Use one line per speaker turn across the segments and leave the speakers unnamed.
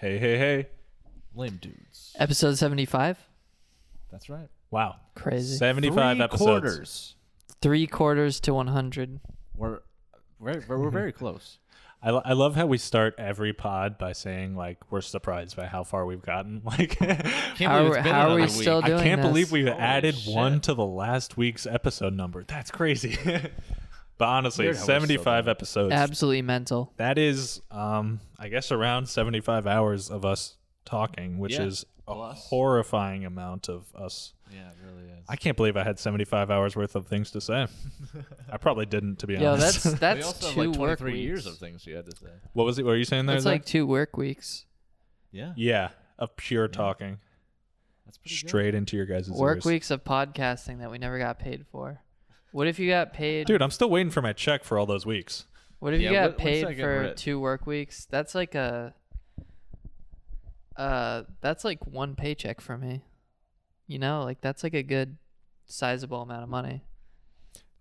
Hey, hey, hey.
Lame dudes.
Episode 75?
That's right.
Wow.
Crazy.
75
Three
episodes.
Quarters.
Three quarters to 100.
We're we're, we're very close.
I, lo- I love how we start every pod by saying, like, we're surprised by how far we've gotten. Like, I
Can't
How
believe
are-
it's been
how are
another
we
week.
still doing
can't
this.
believe we've
Holy
added
shit.
one to the last week's episode number. That's crazy. but honestly,
Weird how we're still
75
doing it.
episodes.
Absolutely mental.
that is, um, I guess, around 75 hours of us talking, which
Yeah.
is a
Plus.
horrifying amount of us
Yeah, it really is.
I can't believe I had 75 hours worth of things to say. I probably didn't, to be
Yo,
honest.
that's
we
that's
also
two
have like
work
23
weeks.
years of things you had to say.
what was it? What were you saying there?
that's
Zach?
like two work weeks.
Yeah.
yeah, of pure talking
That's pretty good.
straight into your guys'
Work
ears.
weeks of podcasting that we never got paid for. What if you got paid?
Dude, I'm still waiting for my check for all those weeks.
what if you
Yeah,
got
when- when's that
paid
getting
for
writ-
two work weeks? That's like a. Uh, that's like one paycheck for me. You know, like that's like a good, sizable amount of money.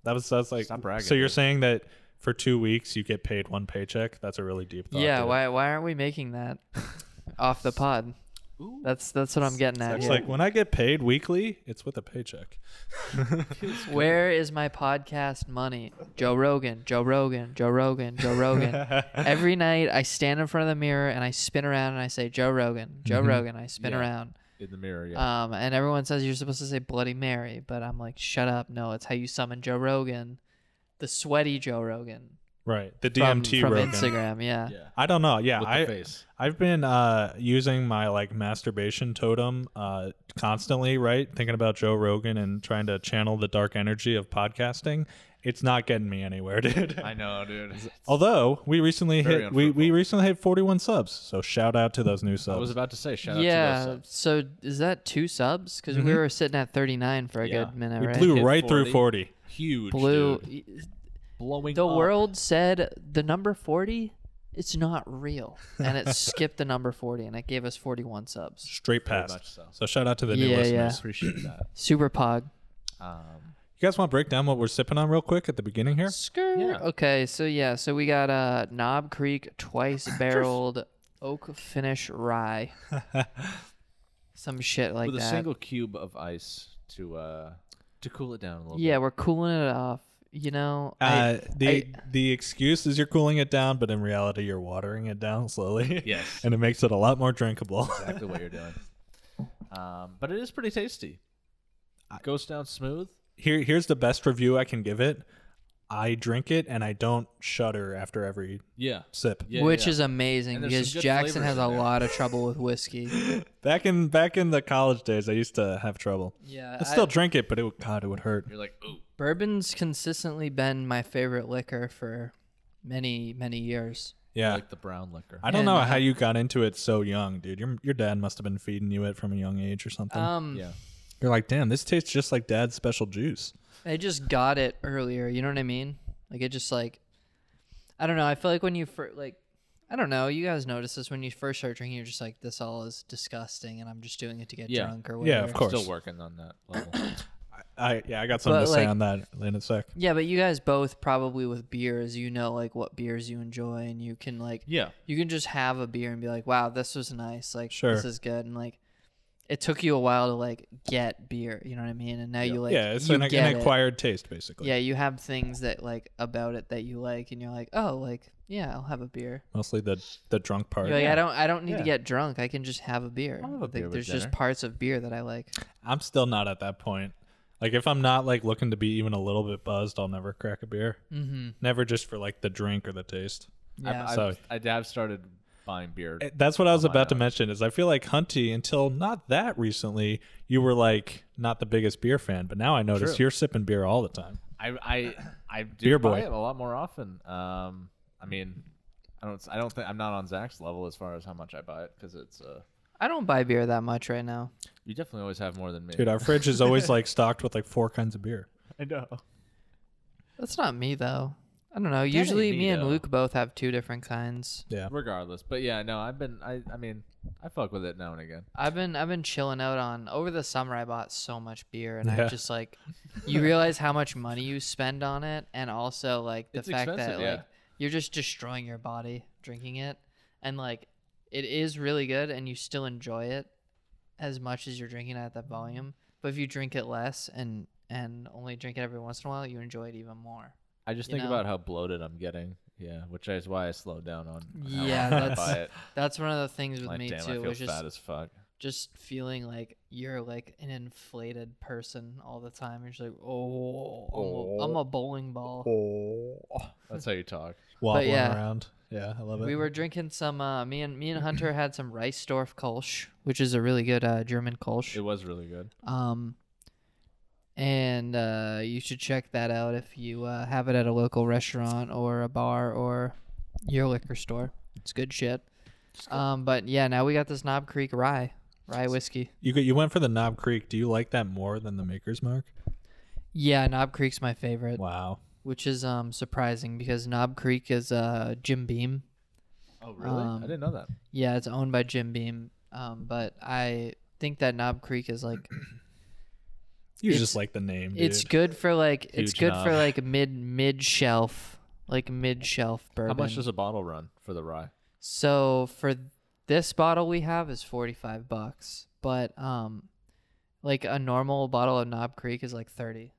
That was that's like
Stop bragging,
So you're
dude.
saying that for 2 weeks you get paid one paycheck? That's a really deep thought.
yeah,
dude.
why why aren't we making that off the pod?
Ooh.
That's that's what I'm getting at.
It's
here.
like when I get paid weekly, it's with a paycheck.
Where is my podcast money? Joe Rogan, Joe Rogan, Joe Rogan, Joe Rogan. Every night I stand in front of the mirror and I spin around and I say Joe Rogan, Joe
Mm-hmm.
Rogan. I spin
Yeah.
around.
in the mirror. Yeah.
Um, and everyone says you're supposed to say Bloody Mary, but I'm like, shut up. No, it's how you summon Joe Rogan, the sweaty Joe Rogan
Right. The
from,
DMT
from
Rogan.
Instagram. Yeah.
yeah.
I don't know. Yeah,
With
I
the face.
I've been uh, using my like masturbation totem uh, constantly, right? Thinking about Joe Rogan and trying to channel the dark energy of podcasting. It's not getting me anywhere, dude.
I know, dude.
Although we recently
Very
hit we, we
unfruitful.
recently hit 41 subs, so shout out to those new
I was
subs.
about to say shout out
Yeah,
to those subs. Mm-hmm.
So is that two subs? Because we were sitting at 39 for a
Yeah.
good minute,
we
right?
blew
Hit
right through 40.
40. Huge.
Blue.
dude. Blowing
the
up.
world said the number 40 it's not real and it skipped the number 40 and it gave us 41 subs
Straight
Very
past.
much
So.
so.
shout out to the new
Yeah, yeah.
listeners.
Appreciate that.
super pog
Um,
You guys want to break down what we're sipping on real quick at the beginning here?
Skrr.
Yeah.
okay so yeah so we got uh, knob creek twice barreled oak finish rye some shit like
with
that
a single cube of ice to uh to cool it down a little
yeah we're cooling it off you know
Uh,
I-
the
I-
the excuse is you're cooling it down, but in reality you're watering it down slowly.
bit. Yes.
and it makes it a lot more drinkable.
exactly what you're doing. Um, but it is pretty tasty. Goes down smooth.
Here, here's the best review I can give it. I drink it and I don't shudder after every
Yeah.
sip.
yeah
which
yeah.
is amazing
And there's some
because
good
jackson
flavors
has
in
a
there.
lot of trouble with whiskey
Back in back in the college days, I used to have trouble.
yeah
I still drink it, but it would, God, it would hurt.
You're like, ooh.
Bourbon's consistently been my favorite liquor for many, many years.
Yeah,
Like the brown liquor.
I don't
and
know
I-
how you got into it so young, dude. Your your dad must have been feeding you it from a young age or something.
Um,
yeah.
You're like, damn, this tastes just like dad's special juice.
I just got it earlier. You know what I mean? Like it just like, I don't know. I feel like when you first like, I don't know. You guys notice this when you first start drinking, you're just like, this all is disgusting, and I'm just doing it to get
Yeah.
drunk or whatever.
Yeah, of course.
Still working on that level.
I yeah, I got something
But,
to say
like-
on that in a sec.
Yeah, but you guys both probably with beers, you know, like what beers you enjoy, and you can like
yeah.
you can just have a beer and be like, wow, this was nice. Like,
Sure.
this is good. And like, it took you a while to like get beer. You know what I mean? And now you like,
yeah, it's
you
an, an
get it.
acquired taste basically.
Yeah, you have things that like about it that you like, and you're like, oh, like yeah, I'll have a beer.
mostly the the drunk part.
You're like, I don't, I don't need to
Yeah.
get drunk. I can just have a beer.
I'll have a
Like,
beer with
there's just
dinner.
parts of beer that I like.
I'm still not at that point. Like if I'm not like looking to be even a little bit buzzed, I'll never crack a beer.
Mm-hmm.
Never just for like the drink or the taste.
Yeah.
I've,
So-
I've, I've, I've started buying beer.
Eh, That's what I was
Oh my
about to
God.
mention. Is I feel like Hunty until not that recently, you were like not the biggest beer fan, but now I notice
True.
you're sipping beer all the time.
I I I do
Beer
buy
boy.
it a lot more often. Um, I mean, I don't I don't think I'm not on Zach's level as far as how much I buy it because it's uh
I don't buy beer that much right now.
you definitely always have more than me.
Dude, our fridge is always like stocked with like four kinds of beer.
I know.
That's not me though. I don't know.
ain't
Usually,
me,
me and
though.
Luke both have two different kinds.
Yeah.
Regardless, but yeah, no, I've been I I mean I fuck with it now and again.
I've been I've been chilling out on over the summer. I bought so much beer, and
Yeah.
I just like you realize how much money you spend on it, and also like the
It's
fact that
expensive, yeah.
like you're just destroying your body drinking it, and like it is really good and you still enjoy it as much as you're drinking it at that volume. But if you drink it less and and only drink it every once in a while, you enjoy it even more.
I just
you
think
know.
about how bloated I'm getting. Yeah, which is why I slowed down on. how often
Yeah,
I
that's-
buy it.
That's one of the things with
Like,
me
damn, I
too.
feel
Was just
fat as fuck.
just feeling like you're like an inflated person all the time. You're just like, oh, I'm, a, I'm a bowling ball.
Oh,
That's how you talk.
Wobbling
yeah.
around. Yeah, I love it.
We were drinking some. Uh, me and me and Hunter had some Reisdorf Kolsch, which is a really good uh, German Kolsch.
It was really good.
Um, and uh, you should check that out if you uh, have it at a local restaurant or a bar or your liquor store. It's good shit. Um, but yeah, now we got this Knob Creek rye, rye whiskey.
You got, you went for the Knob Creek. Do you like that more than the Maker's Mark?
Yeah, Knob Creek's my favorite,
Wow.
which is um surprising because Knob Creek is uh Jim Beam.
Oh
really?
I
Um,
didn't know that.
Yeah, it's owned by Jim Beam. Um, but I think that Knob Creek is like
You
It's-
just like the name. Dude.
it's good for like it's
Huge
good for
knob.
like mid mid shelf like mid shelf bourbon.
How much does a bottle run for the rye?
So for th- this bottle we have is 45 bucks, but um like a normal bottle of Knob Creek is like 30.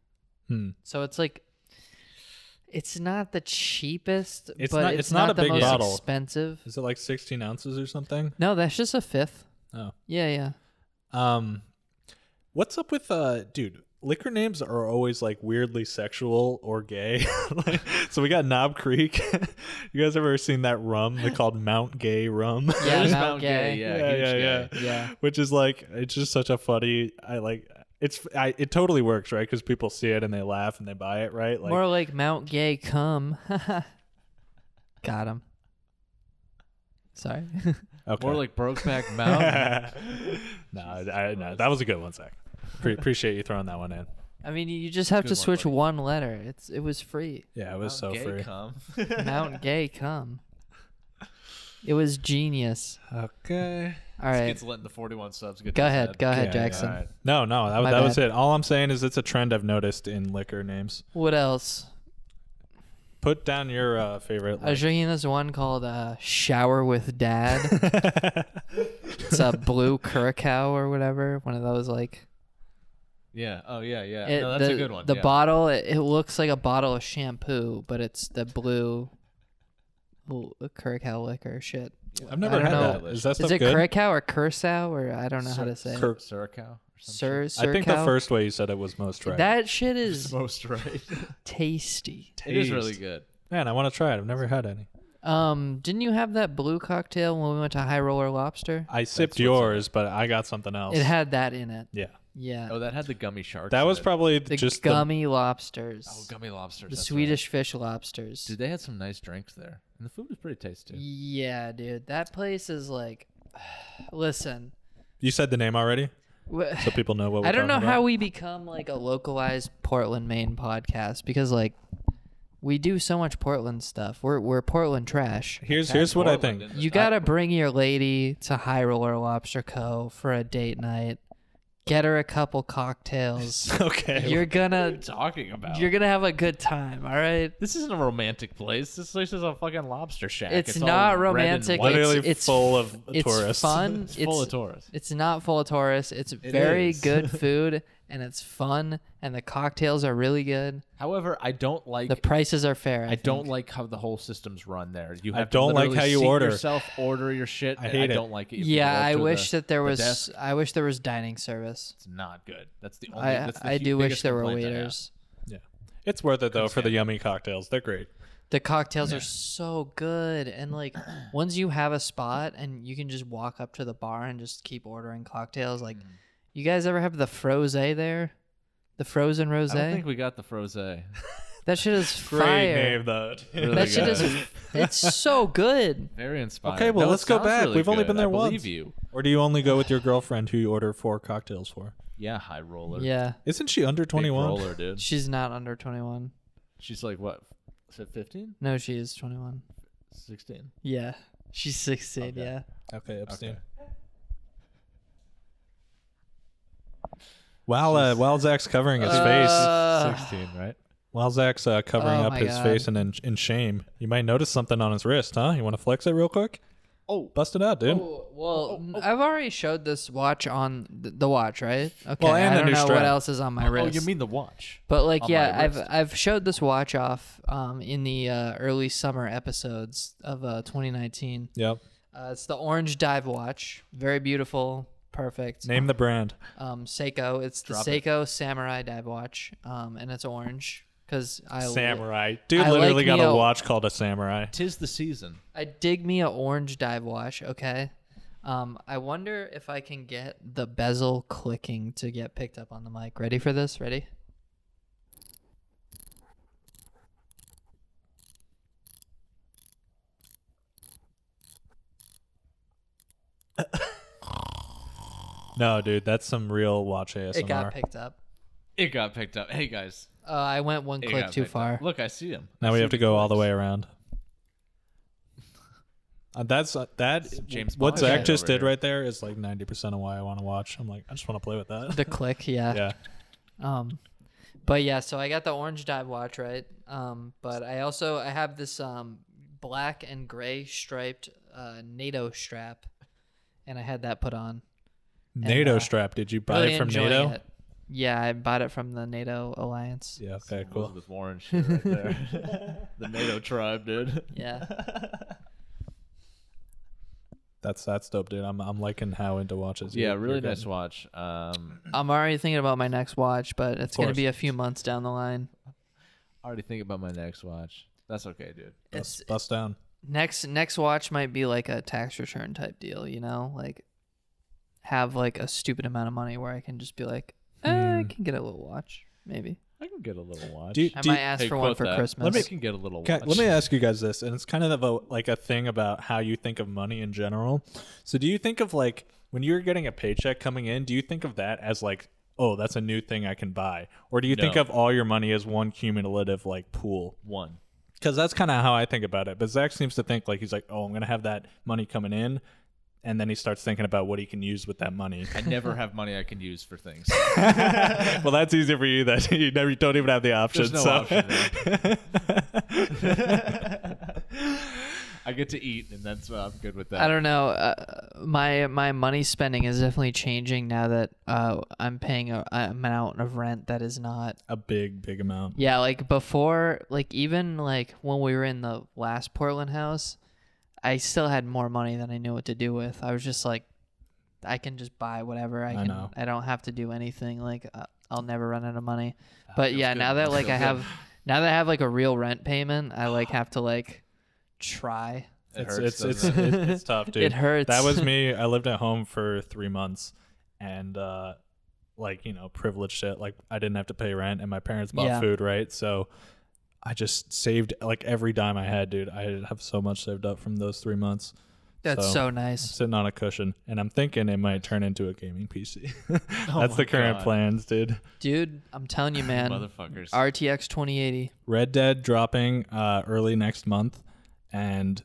Hmm.
So it's like it's not the cheapest,
It's
but
not-
it's,
it's not a
the
big
most
bottle.
expensive.
Is it like 16 ounces or something?
No, that's just a fifth.
Oh.
Yeah, yeah.
Um, what's up with uh, dude? Liquor names are always like weirdly sexual or gay. Like, so we got Knob Creek. you guys ever seen that rum? They called Mount Gay rum.
Yeah,
There's
Mount
Mount Gay,
Gay.
Yeah,
Yeah,
huge
yeah, yeah.
Gay.
Yeah.
Which is like it's just such a funny. I like it's I, it totally works right because people see it and they laugh and they buy it right. Like
More like Mount Gay come. Got him. Sorry.
okay.
More like Brokeback Mountain.
no, I, I, no, that was a good one, Zach. Pre- appreciate you throwing that one in.
I mean, you just have to
Good one,
switch
buddy.
one letter. It's it was free.
Yeah, it was so
Mount Gay
free.
cum.
Mount Gay come. It was genius.
Okay.
All right.
It's letting the 41 subs get.
Go
to his
ahead.
head.
Go
Yeah,
ahead,
yeah.
Jackson.
All right.
No, no, that,
My
that was
bad.
it. All I'm saying is it's a trend I've noticed in liquor names.
What else?
Put down your uh, favorite.
I was drinking this one called uh, Shower with Dad.
like-
it's a blue curacao or whatever. One of those like
Yeah. Oh yeah, yeah.
it-
no, that's
the,
a good one.
The
yeah.
bottle it, it looks like a bottle of shampoo, but it's the blue l- curacao liquor shit.
I've never
I don't
had
know.
that. Is that stuff
Is it
good?
curacao or curacao or I don't know how to say. it.
Cur-
Curacao. or some
Sir,
I think the
Curacao?
first way you said it was most right.
That
shit.
shit is
most right.
tasty.
it is really
Taste.
good.
Man, I want to try it. I've never had any.
Um, didn't you have that blue cocktail when we went to High Roller Lobster?
I sipped
what's in it.
yours, but I got something else.
It had that in it.
yeah,
Yeah.
Oh, that had the gummy sharks.
that
in
was
it.
probably
the
just the-
gummy lobsters.
Oh, gummy lobsters.
the
that's right.
Swedish fish lobsters.
Dude, they had some nice drinks there, and the food was pretty tasty.
yeah, dude. That place is like listen.
you said the name already,
wh-
so people know what. We're
I don't know
talking
how
about.
we become like a localized Portland, Maine podcast because like we do so much Portland stuff. We're we're Portland trash.
Here's here's what I
Portland,
think.
didn't
You
I-
gotta bring your lady to High Roller Lobster Co. for a date night. Get her a couple cocktails.
okay.
You're
What are
gonna
you talking about?
you're gonna have a good time, all right?
This isn't a romantic place. This place is a fucking lobster shack.
It's,
all
not
red and
romantic.
white.
Literally
it's, it's
full of
it's
tourists.
fun.
It's, full of tourists.
It's not full of tourists. It's very
is.
good food and it's fun and the cocktails are really good.
However, I don't like.
The prices are fair. I,
I don't
think.
like how the whole system's run there. You
I
have to
don't like
literally
how you
seat
order.
yourself, order your shit.
I
and
hate it.
I don't like it. You have to
Yeah,
go up
I
to
wish
the-
that there
the
was.
desk.
I wish there was dining service.
It's not good. That's the only.
I
that's the
I
hu-
do wish
biggest
there were
complaint I have.
waiters.
Yeah, it's worth it though for the yummy cocktails. They're great.
The cocktails are so good, and like once you have a spot and you can just walk up to the bar and just keep ordering cocktails. Like,
Mm.
you guys ever have the froze there? The frozen rose.
I don't think we got the froze.
That shit is
Great
fire.
name though.
Really
That shit
good.
is. It's so good.
Very inspiring.
Okay, well,
No, it
let's go
sounds
back.
really
We've only
good.
been there
I believe
once.
you.
uh, Or do you only go with your girlfriend who you order four cocktails for?
Yeah, high roller.
Yeah,
Isn't she under
Big
21?
roller, dude.
she's not under twenty one.
She's like what? Is it 15?
No, she is twenty one.
16?
Yeah, she's sixteen.
Okay.
Yeah.
Okay, Epstein.
Okay.
While uh, while Zach's covering his face,
Uh,
16, right?
while Zach's uh, covering
oh
up
my
his
God.
face and in, in shame, you might notice something on his wrist, huh? You want to flex it real quick?
Oh,
Bust it out, dude.
Oh, well, n- I've already showed this watch on th- the watch, right?
and
Okay, I
the
don't
new
know
strap.
what else is on my
oh,
wrist.
you mean the watch?
But like,
on my
yeah, I've
wrist.
I've showed this watch off um, in the uh, early summer episodes of uh, 2019.
Yep.
Uh, it's the orange dive watch, very beautiful, perfect.
Name the brand.
Um, Seiko. It's the
Drop it.
Seiko Samurai dive watch, um, and it's orange because I li-
Samurai. Dude
I
literally
like
got
me
a
a-
watch called a samurai.
Tis the season.
I dig me a orange dive watch. Okay. Um, I wonder if I can get the bezel clicking to get picked up on the mic. Ready for this? Ready?
No, dude, that's some real watch ASMR.
It got picked up.
It got picked up. Hey guys,
Uh, I went one
it
click
got
too
picked up.
far.
Look, I see him.
Now
I
we
see
have to
the
go all the
clicks.
way around. Uh, that's uh, that.
Some James
what
Bond
Zach
shit
just
over
did
here.
right there is like ninety percent of why I want to watch. I'm like, I just want to play with that.
The click, yeah.
yeah,
Um, but yeah, so I got the orange dive watch, right? Um, but I also I have this um black and gray striped uh NATO strap, and I had that put on.
NATO
uh,
strap. Did you buy
Really
it from
enjoying
NATO?
it. Yeah, I bought it from the NATO alliance.
Yeah. Okay. Cool.
Elizabeth Warren shit right there. the NATO tribe, dude.
Yeah.
That's that's dope, dude. I'm I'm liking how into watches.
Yeah,
you're-
really
you're getting.
nice watch. Um,
I'm already thinking about my next watch, but it's going to
course.
be a few months down the line.
I already think about my next watch. That's okay, dude.
It's
Bust, bust down.
next next watch might be like a tax return type deal, you know? Like have like a stupid amount of money where I can just be like, eh, I
Hmm.
can get a little watch, maybe.
I can get a little watch.
Do you-
I
do you-
might ask for one for Christmas.
Let me can get a little
Ca-
watch.
let me ask you guys this, and it's kind of a like a thing about how you think of money in general. So, do you think of like when you're getting a paycheck coming in? Do you think of that as like, oh, that's a new thing I can buy, or do you think
No.
of all your money as one cumulative like pool?
one.
Because that's kind of how I think about it. But Zach seems to think like he's like, oh, I'm gonna have that money coming in, and then he starts thinking about what he can use with that money.
I never have money I can use for things.
well, that's easier for you that you never you don't even have the option.
There's no
so.
option. man. I get to eat, and that's uh, I'm good with that.
I don't know. Uh, my my money spending is definitely changing now that uh, I'm paying a, a amount of rent that is not.
a big, big amount.
Yeah, like before, like even like when we were in the last Portland house, I still had more money than I knew what to do with. I was just like, I can just buy whatever. I, can.
know.
I don't have to do anything. Like uh, I'll never run out of money.
Ah,
But
feels
yeah,
good.
now that like
Feels
I
good.
have, now that I have like a real rent payment, I like have to like try.
It
it's
hurts,
it's, it's,
doesn't it?
it's- it's tough, dude.
It hurts.
That was me. I lived at home for three months, and uh, like you know, privileged shit. Like I didn't have to pay rent, and my parents bought
Yeah.
food, right? So I just saved like every dime I had, dude. I have so much saved up from those three months.
That's
So-
so nice.
Sitting on a cushion, and I'm thinking it might turn into a gaming PC. That's
Oh
my
the current
God.
plans, dude.
Dude, I'm telling you, man.
motherfuckers.
RTX 2080.
Red Dead dropping uh, early next month, and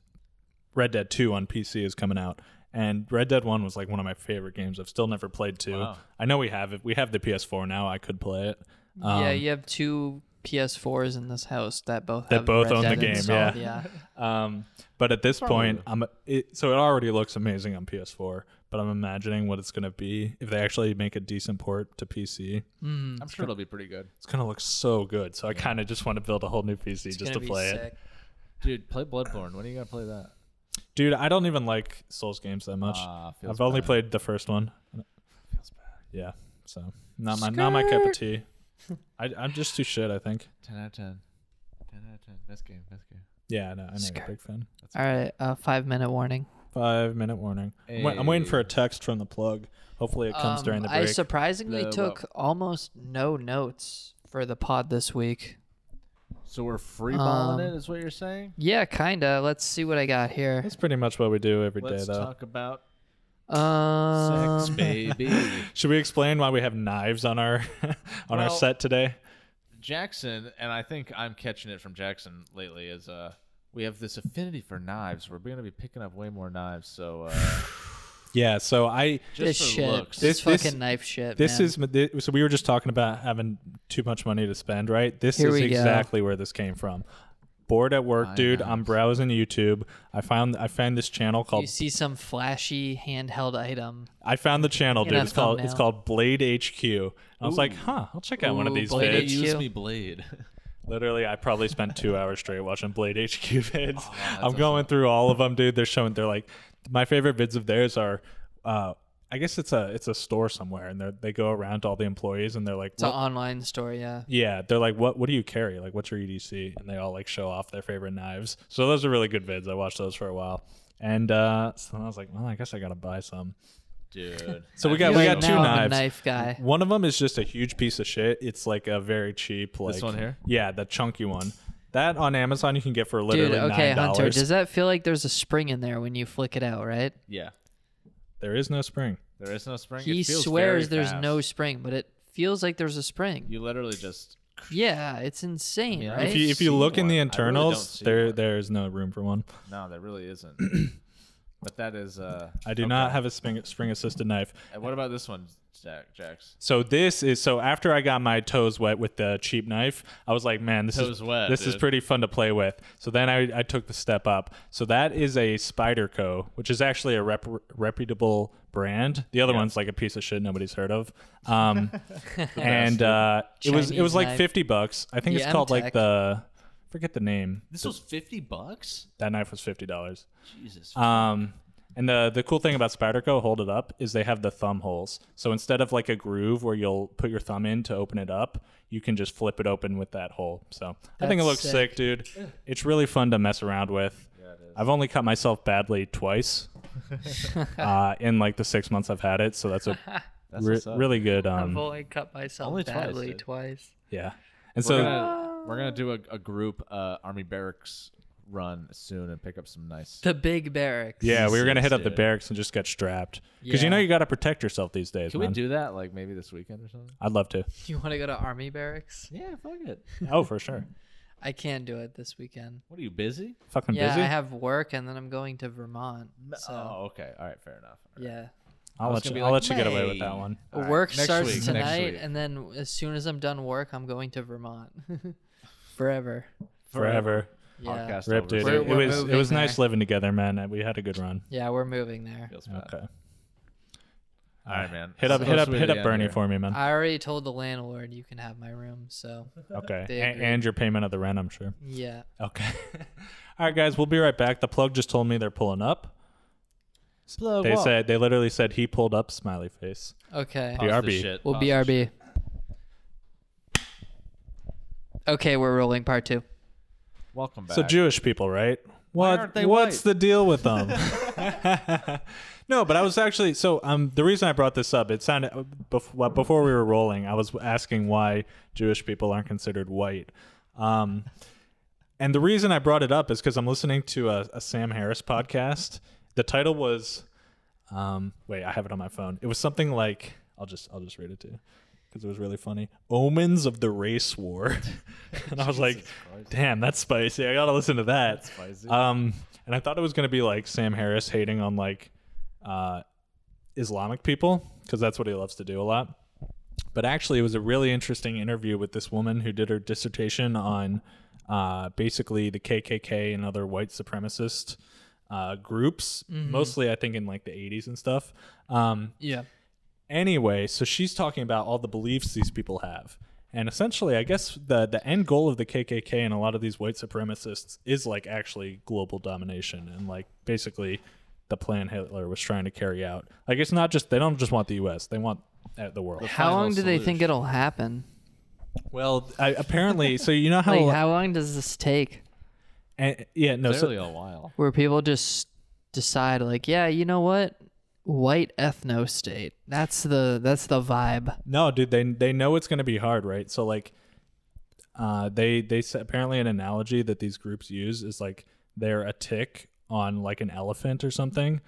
Red Dead Two on PC is coming out. And Red Dead One was like one of my favorite games. I've still never played two.
Wow.
I know we have it. We have the PS4 now. I could play it.
yeah,
Um,
you have two PS4s in this house that both
That
have
both
Red
own the
Dead
game,
installed,
yeah. Um, but at this
Probably.
point, I'm it, so it already looks amazing on PS4. But I'm imagining what it's gonna be if they actually make a decent port to PC.
I'm sure it'll be pretty good,
It's gonna look so good. So I kind of just want to build a whole new PC
It's
just
gonna
to
be
play it.
sick.
dude. Play Bloodborne. When are you gonna play that?
Dude, I don't even like Souls games that much.
Ah, feels
I've only
bad.
played the first one.
Feels bad.
Yeah, so not my not my cup of
Skirt.
tea. I, I'm just too shit. I think.
Ten out of ten. Ten out of ten. Best game. Best game.
Yeah, I know. I know you're
Skirt.
a big fan.
All right, uh, five minute warning.
Five minute warning. I'm, wait- I'm waiting for a text from the plug. Hopefully it comes
Um,
during the
I
break.
surprisingly
The-
took almost no notes for the pod this week.
So we're freeballing
Um,
it, is what you're saying?
Yeah, kinda. Let's see what I got here.
That's pretty much what we do every day,
Let's
though.
talk about
Um,
sex, baby.
Should we explain why we have knives on our on our
Well-
set today?
Jackson, and I think I'm catching it from Jackson lately. Is uh, we have this affinity for knives. We're gonna be picking up way more knives. So uh,
Yeah. So I
this
just for
shit,
looks,
This-
this,
this-
fucking knife shit.
this
man.
is is so we were just talking about having too much money to spend, right? This
Here
is
we go.
exactly where this came from. bored at work,
I
dude.
know.
I'm browsing YouTube. I found I found this channel
you
called
see some flashy handheld item.
I found the channel,
In
dude.
a
It's called it's
thumbnail.
called Blade HQ. I was like, huh, I'll check out one of
Ooh,
these
Blade
vids.
HQ.
Use me, Blade.
Literally, I probably spent two hours straight watching Blade HQ
Oh,
vids. I'm
awesome.
going through all of them, dude. They're showing. They're like, my favorite vids of theirs are. Uh, I guess it's a it's a store somewhere, and they they go around to all the employees, and they're like,
It's an
"What-
online store, yeah.
yeah, they're like, what what do you carry? Like, what's your EDC? And they all like show off their favorite knives. So those are really good vids. I watched those for a while, and uh, so then I was like, well, I guess I gotta buy some.
Dude.
So we got
Have
we
you
Yeah,
got
now
two
I'm a
knives.
knife guy.
One of them is just a huge piece of shit. It's like a very cheap, like
This one here?
Yeah, the chunky one. That on Amazon you can get for literally
Dude, okay,
nine
Hunter,
dollars.
does that feel like there's a spring in there when you flick it out, right?
Yeah.
there is no spring.
There is no spring.
He
It feels very
swears there's
fast.
no spring, but it feels like there's a spring.
You literally just.
yeah, it's insane,
Yeah.
right?
If you if you
see
look in
one. I
the
really don't
internals,
see
there
one.
there is no room for one.
No, there really isn't. but that is. uh
I do
okay.
not have a spring spring assisted knife.
And what about this one, Jack? Jax.
So this is so after I got my toes wet with the cheap knife, I was like, man, this is
Toes wet,
this is
dude.
pretty fun to play with. So then I, I took the step up. So that is a Spyderco, which is actually a rep, reputable brand. The other one's like a piece of shit nobody's heard of. Um, and uh, it was it was
Chinese
like
knife.
fifty bucks. I think
Yeah,
it's called
Emtech.
like the forget the name.
This was fifty bucks.
That knife was fifty dollars.
Jesus.
Um, and the the cool thing about Spyderco, hold it up, is they have the thumb holes. So instead of like a groove where you'll put your thumb in to open it up, you can just flip it open with that hole. So I think it
That's
looks sick,
sick.
dude. It's really fun to mess around with. I've only cut myself badly twice uh, in like the six months I've had it, so that's a
That's
re-
what's up.
really good.
I've
Um,
only cut myself
Only twice,
badly
dude.
twice.
yeah, and
We're
so
gonna, we're gonna do a, a group uh, army barracks run soon and pick up some nice.
The big barracks.
yeah, we were gonna hit up the
dude.
barracks and just get strapped because you
Yeah.
know you got to protect yourself these days.
Can we
man.
do that like maybe this weekend or something?
I'd love to.
You want to go to army barracks?
Yeah, fuck it.
Oh, for sure.
I can do it this weekend.
What are you busy?
Fucking
yeah,
busy.
I have work and then I'm going to Vermont. So,
Oh, okay. All right, fair enough.
yeah.
I'll let
was gonna
you.
be
I'll
like,
let you get away with
"May."
that one.
All right,
work
next
starts
week, next
tonight,
week.
and then as soon as I'm done work, I'm going to Vermont forever.
Forever,
Yeah.
Podcast
rip,
over.
dude.
We're-
it
we're
was it
moving
was nice
there.
living together, man. We had a good run.
Yeah, we're moving there.
Feels bad.
Okay.
Uh, All right, man.
Hit up,
So
hit up,
sweet
hit
again
up Bernie
here.
for me, man.
I already told the landlord you can have my room, so
Okay,
They
A-
agree.
and your payment of the rent, I'm sure.
yeah.
Okay. All right, guys, we'll be right back. The plug just told me they're pulling up.
Plug
They
walk.
said they literally said he pulled up. Smiley face.
Okay.
Pause.
Pause this
BRB.
shit. Oh,
We'll
Pause this shit.
BRB. Okay, we're rolling part two.
Welcome back.
So Jewish people, right? What
aren't they
what's
white?
the deal with them? no, but I was actually so um the reason I brought this up it sounded bef- before we were rolling I was asking why Jewish people aren't considered white. Um and the reason I brought it up is cuz I'm listening to a, a Sam Harris podcast. The title was um wait, I have it on my phone. It was something like I'll just I'll just read it to you because it was really funny. Omens of the Race War. and I was like, damn, that's spicy. I gotta listen to that.
spicy.
Um, and I thought it was gonna be like Sam Harris hating on like uh, Islamic people because that's what he loves to do a lot. But actually, it was a really interesting interview with this woman who did her dissertation on uh, basically the KKK and other white supremacist uh, groups, mostly I think in like the 80s and stuff. Um,
Yeah.
anyway so she's talking about all the beliefs these people have and essentially i guess the the end goal of the kkk and a lot of these white supremacists is like actually global domination and like basically the plan hitler was trying to carry out like it's not just they don't just want the us they want uh, the world
How
final
long do they
solution.
think it'll happen?
well I, apparently so you know how,
Like, how long does this take?
and- yeah no so,
Clearly a while.
Where people just decide, like, yeah, you know what? White ethno state. That's the that's the vibe.
No, dude, they they know it's going to be hard, right? So like, uh, they they s- apparently an analogy that these groups use is like they're a tick on like an elephant or something,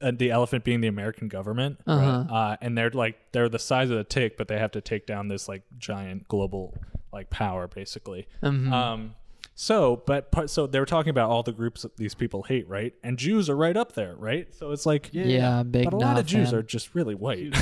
and the elephant being the American government,
Uh-huh.
uh, and they're like they're the size of the tick, but they have to take down this like giant global like power basically.
Mhm.
Um, so, but part, so they were talking about all the groups that these people hate, right? And Jews are right up there, right? So it's like,
yeah, big.
but a lot
nah
of Jews
fan.
are just really white.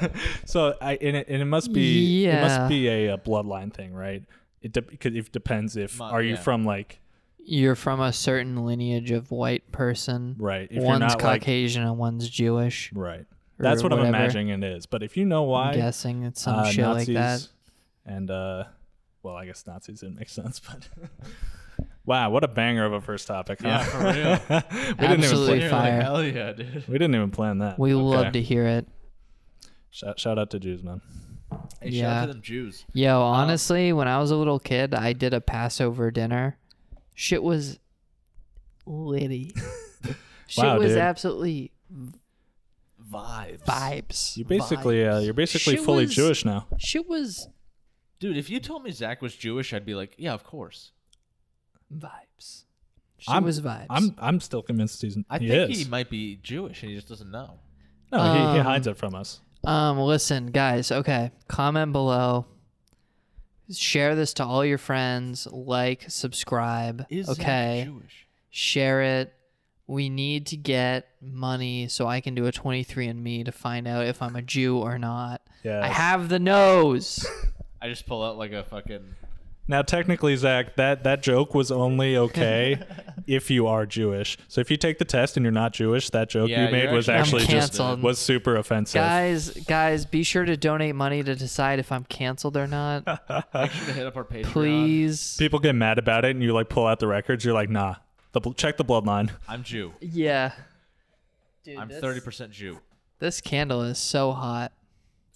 so I and it, and it must be it
Yeah.
must be a, uh bloodline thing, right? It de- 'cause it depends if
Mu-
are you
yeah.
from like
you're from a certain lineage of white person.
Right. If you're
one's
not like
Caucasian and one's Jewish.
right.
or
That's what I'm
whatever.
imagining it is. But if you know
I'm
why,
guessing it's some
uh,
shit
Nazis
like that.
and uh, well, I guess Nazis didn't make sense, but wow, what a banger of a first topic, huh?
Yeah, for real.
we didn't even
Absolutely.
plan,
You're like,
fire.
Hell yeah, dude.
we didn't even plan that.
We
Okay.
love to hear it.
shout, shout out to Jews, man.
Hey, shout
Yeah.
out to them Jews.
Uh,
Yo, honestly, when I was a little kid, I did a Passover dinner. Shit was litty. Shit
Wow,
was
dude.
absolutely
Vibes.
vibes.
You basically uh, you're basically
She
fully
was-
Jewish now.
Shit was
Dude, if you told me Zach was Jewish, I'd be like, yeah, of course.
vibes. Shit
I'm-
was vibes.
I'm I'm still convinced he's
I
he
think
is.
he might be Jewish and he just doesn't know.
no, he, he
Um,
hides it from us.
Um, listen, guys. Okay, comment below. Share this to all your friends. Like, subscribe.
Is Zach
okay,
Jewish?
share it. We need to get money so I can do a 23andMe to find out if I'm a Jew or not.
Yeah.
I have the nose.
I just pull out like a fucking.
Now, technically, Zach, that, that joke was only okay if you are Jewish. So if you take the test and you're not Jewish, that joke
Yeah,
you made
you're
was
actually-
actually
I'm
just
canceled.
was super offensive.
guys, guys, be sure to donate money to decide if I'm canceled or not.
Make sure to hit up our Patreon.
Please.
People get mad about it, and you like pull out the records. You're like, nah, the, bl- check the bloodline.
I'm Jew.
Yeah. Dude,
I'm
this-
30% Jew.
This candle is so hot.